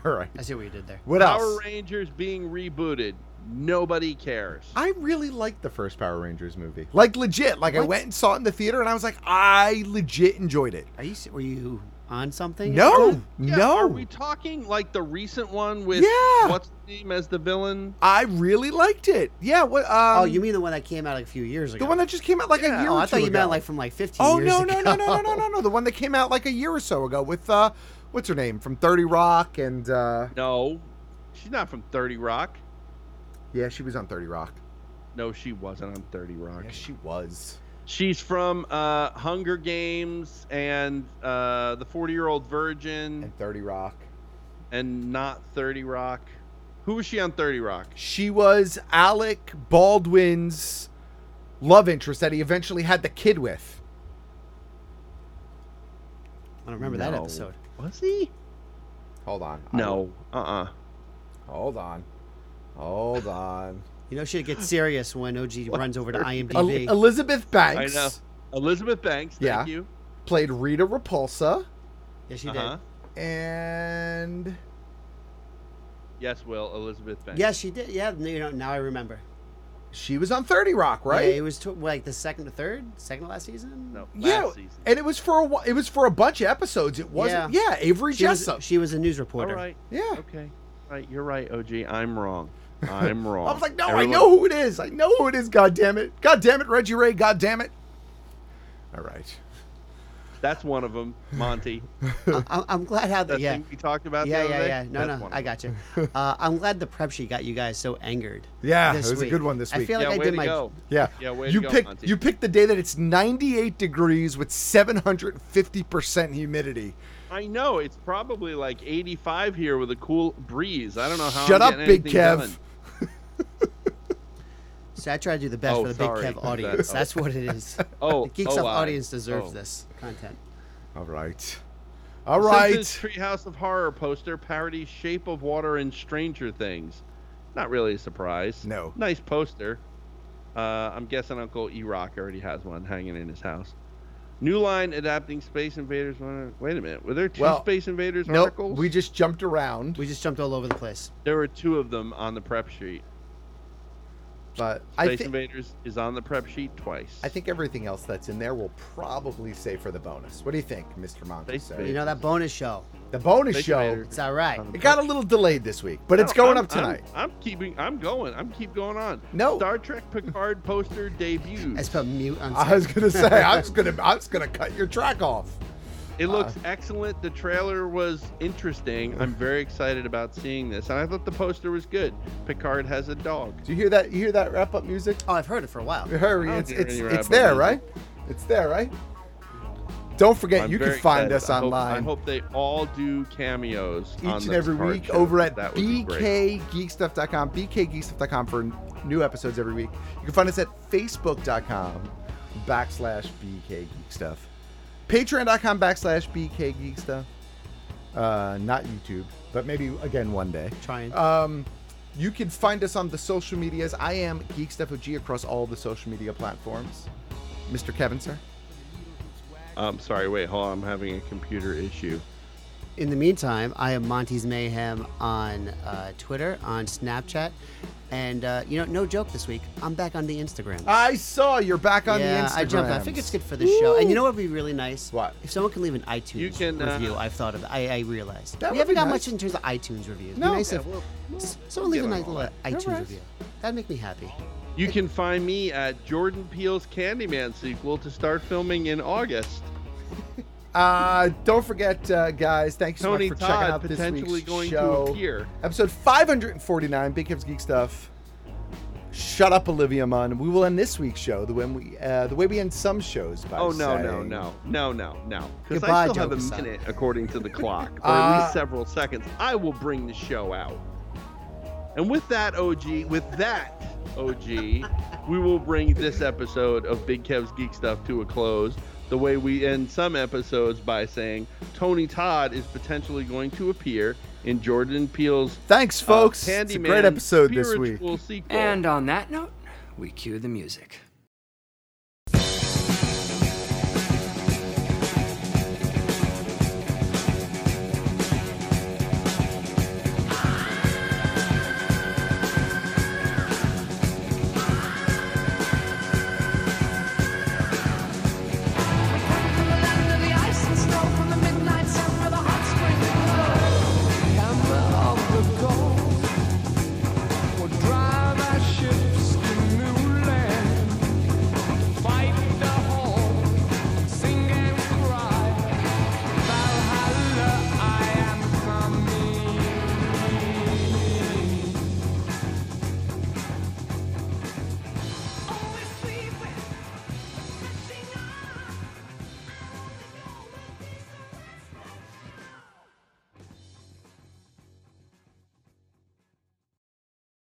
Speaker 5: All right.
Speaker 17: I see what you did there.
Speaker 5: What
Speaker 16: Power
Speaker 5: else?
Speaker 16: Rangers being rebooted. Nobody cares.
Speaker 5: I really liked the first Power Rangers movie. Like legit. Like I went and saw it in the theater, and I was like, I legit enjoyed it.
Speaker 17: Are you were you on something?
Speaker 5: No,
Speaker 16: Yeah,
Speaker 5: no.
Speaker 16: Are we talking like the recent one with
Speaker 5: Yeah.
Speaker 16: what's the name as the villain?
Speaker 5: I really liked it. Yeah. What? Um,
Speaker 17: oh, you mean the one that came out like a few years ago?
Speaker 5: the one that just came out like a
Speaker 17: Yeah,
Speaker 5: year?
Speaker 17: oh,
Speaker 5: or
Speaker 17: I thought
Speaker 5: two
Speaker 17: you
Speaker 5: ago.
Speaker 17: meant like from like 15
Speaker 5: Oh
Speaker 17: years
Speaker 5: no
Speaker 17: ago.
Speaker 5: no no no no no no no! The one that came out like a year or so ago with uh, what's her name from Thirty Rock and uh,
Speaker 16: No, she's not from Thirty Rock.
Speaker 5: yeah, she was on Thirty Rock.
Speaker 16: No, she wasn't on Thirty Rock.
Speaker 5: Yes, she was.
Speaker 16: She's from uh, Hunger Games and uh, the Forty Year Old Virgin
Speaker 5: and Thirty Rock,
Speaker 16: and not Thirty Rock. Who was she on Thirty Rock?
Speaker 5: She was Alec Baldwin's love interest that he eventually had the kid with.
Speaker 17: I don't remember that
Speaker 5: No.
Speaker 17: episode.
Speaker 16: Was he?
Speaker 5: Hold on. I
Speaker 16: No. Uh. uh
Speaker 5: will- Hold on. Hold on.
Speaker 17: You know, shit gets serious when OG runs over to
Speaker 5: El-
Speaker 17: IMDb.
Speaker 5: Elizabeth Banks
Speaker 16: I know. Elizabeth Banks. Thank
Speaker 5: Yeah.
Speaker 16: you.
Speaker 5: played Rita Repulsa,
Speaker 17: yeah, she
Speaker 16: Uh-huh.
Speaker 5: and
Speaker 16: Yes, Will. Elizabeth
Speaker 17: did.
Speaker 16: Banks.
Speaker 17: Yeah, she did. Yeah, you know, now I remember.
Speaker 5: she was on Thirty Rock, right?
Speaker 17: Yeah, it was to, like the second to third, second to last season.
Speaker 16: No.
Speaker 5: Yeah,
Speaker 16: Last season.
Speaker 5: and it was for a wh- it was for a bunch of episodes. It wasn't. Yeah, Avery
Speaker 17: she was,
Speaker 5: Jessup.
Speaker 17: she was a news
Speaker 16: All
Speaker 17: reporter.
Speaker 16: right.
Speaker 5: yeah,
Speaker 16: Okay. Right. You're right, OG. I'm wrong. I'm wrong.
Speaker 5: I was like, no, I
Speaker 16: Everyone-
Speaker 5: know who it is. I know who it is. God damn it. God damn it, Reggie Ray. God damn it. All right.
Speaker 16: That's one of them, Monty.
Speaker 17: I, I'm glad how the
Speaker 16: That
Speaker 17: yeah.
Speaker 16: thing we talked about.
Speaker 17: yeah,
Speaker 16: the other
Speaker 17: yeah,
Speaker 16: day?
Speaker 17: yeah. No,
Speaker 16: That's
Speaker 17: no,
Speaker 16: one of
Speaker 17: I
Speaker 16: 'em.
Speaker 17: got you. Uh, I'm glad the prep sheet got you guys so angered.
Speaker 5: Yeah,
Speaker 17: this
Speaker 5: it was a
Speaker 17: week.
Speaker 5: good one this
Speaker 17: I
Speaker 5: week.
Speaker 17: feel like
Speaker 16: Yeah,
Speaker 17: I
Speaker 16: way
Speaker 17: did
Speaker 16: to
Speaker 17: my.
Speaker 16: go.
Speaker 5: Yeah.
Speaker 16: Yeah, way to
Speaker 5: you
Speaker 16: go,
Speaker 5: picked
Speaker 16: Monty.
Speaker 5: you picked the day that it's 98 degrees with 750% humidity.
Speaker 16: I know it's probably like 85 here with a cool breeze. I don't know how.
Speaker 5: Shut
Speaker 16: I'm
Speaker 5: up,
Speaker 16: getting
Speaker 5: Big
Speaker 16: anything
Speaker 5: Kev.
Speaker 16: done.
Speaker 17: So I try to do the best
Speaker 16: Oh,
Speaker 17: for the Big
Speaker 16: sorry.
Speaker 17: Kev audience.
Speaker 16: That- oh.
Speaker 17: That's what it is.
Speaker 16: Oh,
Speaker 17: the Geek
Speaker 16: oh,
Speaker 17: Stuff
Speaker 16: I-
Speaker 17: audience deserves
Speaker 16: oh.
Speaker 17: this content.
Speaker 5: All right. All
Speaker 16: Simpsons
Speaker 5: right.
Speaker 16: Treehouse of Horror poster parodies Shape of Water and Stranger Things. Not really a surprise.
Speaker 5: No.
Speaker 16: Nice poster. Uh, I'm guessing Uncle E Rock already has one hanging in his house. New line adapting Space Invaders. one- Wait a minute. Were there two
Speaker 5: Well,
Speaker 16: Space Invaders
Speaker 5: Nope.
Speaker 16: articles?
Speaker 5: We just jumped around,
Speaker 17: We just jumped all over the place.
Speaker 16: There were two of them on the prep sheet.
Speaker 5: but I
Speaker 16: Space
Speaker 5: think
Speaker 16: Invaders is on the prep sheet twice.
Speaker 5: I think everything else that's in there will probably say for the bonus. What do you think, Mr.
Speaker 16: Space
Speaker 5: Montes?
Speaker 17: You
Speaker 16: Invaders.
Speaker 17: know that bonus show.
Speaker 5: The bonus
Speaker 16: Space
Speaker 5: show.
Speaker 16: Invaders.
Speaker 17: It's all right.
Speaker 5: It got a little delayed this week, but it's
Speaker 16: No,
Speaker 5: going
Speaker 16: I'm-
Speaker 5: up tonight.
Speaker 16: I'm, I'm keeping. I'm going. I'm keep going on.
Speaker 5: No.
Speaker 16: Star Trek Picard poster debut.
Speaker 17: I spelled mute on.
Speaker 5: I was gonna say I was gonna I was gonna cut your track off.
Speaker 16: It
Speaker 5: Uh,
Speaker 16: looks excellent. The trailer was interesting. I'm very excited about seeing this, and I thought the poster was good. Picard has a dog.
Speaker 5: Do you hear that? You hear that wrap up music?
Speaker 17: Oh, I've heard it for a while.
Speaker 5: Hurry!
Speaker 16: I don't
Speaker 5: It's
Speaker 16: hear
Speaker 5: it's
Speaker 16: any
Speaker 5: it's
Speaker 16: wrap-up
Speaker 5: there,
Speaker 16: music.
Speaker 5: right? It's there, right? Don't forget,
Speaker 16: I'm
Speaker 5: you can
Speaker 16: very
Speaker 5: find
Speaker 16: excited.
Speaker 5: us
Speaker 16: I hope-
Speaker 5: online
Speaker 16: I hope they all do cameos on
Speaker 5: each and
Speaker 16: the
Speaker 5: every
Speaker 16: Picard
Speaker 5: week
Speaker 16: show.
Speaker 5: over at
Speaker 16: That would be great.
Speaker 5: bkgeekstuff.com, bkgeekstuff.com for n- new episodes every week. You can find us at facebook.com backslash bkgeekstuff. Patreon.com backslash BK Geek Stuff. Uh, not YouTube, but maybe again one day.
Speaker 17: Trying.
Speaker 5: Um, you can find us on the social medias. I am Geek Stuff OG across all the social media platforms. Mr. Kevin, sir.
Speaker 16: I'm Um, sorry, wait, hold on. I'm having a computer issue.
Speaker 17: In the meantime, I am Monty's Mayhem on uh, Twitter, on Snapchat, and uh, you know, no joke this week, I'm back on the Instagram.
Speaker 5: I saw you're back on
Speaker 17: yeah,
Speaker 5: the Instagram.
Speaker 17: I jumped. I think it's good for the show. And you know what would be really nice?
Speaker 5: What?
Speaker 17: If someone can leave an iTunes
Speaker 16: You can, uh,
Speaker 17: review, I've thought of I, I realized.
Speaker 5: That
Speaker 17: we
Speaker 5: would
Speaker 17: haven't
Speaker 5: be
Speaker 17: got
Speaker 5: nice.
Speaker 17: much in terms of iTunes reviews.
Speaker 5: No,
Speaker 17: be nice
Speaker 5: yeah,
Speaker 17: if
Speaker 5: we'll-
Speaker 17: s- someone leave
Speaker 5: get
Speaker 17: an
Speaker 5: on all
Speaker 17: i-
Speaker 5: that.
Speaker 17: iTunes
Speaker 5: Alright.
Speaker 17: review. That'd make me happy.
Speaker 16: You can find me at Jordan Peele's Candyman sequel to start filming in August.
Speaker 5: Uh, don't forget, uh, guys. Thanks so
Speaker 16: Tony
Speaker 5: much for
Speaker 16: Todd
Speaker 5: checking out this
Speaker 16: potentially
Speaker 5: week's
Speaker 16: going to
Speaker 5: show.
Speaker 16: appear.
Speaker 5: Episode 549, Big Kev's Geek Stuff. Shut up, Olivia Munn. We will end this week's show the way we uh, the way we end some shows. By
Speaker 16: Oh no no
Speaker 5: saying-
Speaker 16: no no no no! Because
Speaker 5: Goodbye,
Speaker 16: I still have a
Speaker 5: Joe-san.
Speaker 16: minute according to the clock, or at
Speaker 5: Uh,
Speaker 16: least several seconds. I will bring the show out. And with that, OG, with that, OG, we will bring this episode of Big Kev's Geek Stuff to a close. The way we end some episodes by saying Tony Todd is potentially going to appear in Jordan Peele's
Speaker 5: Thanks,
Speaker 16: uh,
Speaker 5: folks. it's a
Speaker 16: Candyman
Speaker 5: great episode this week.
Speaker 16: spiritual sequel.
Speaker 11: And on that note, we cue the music.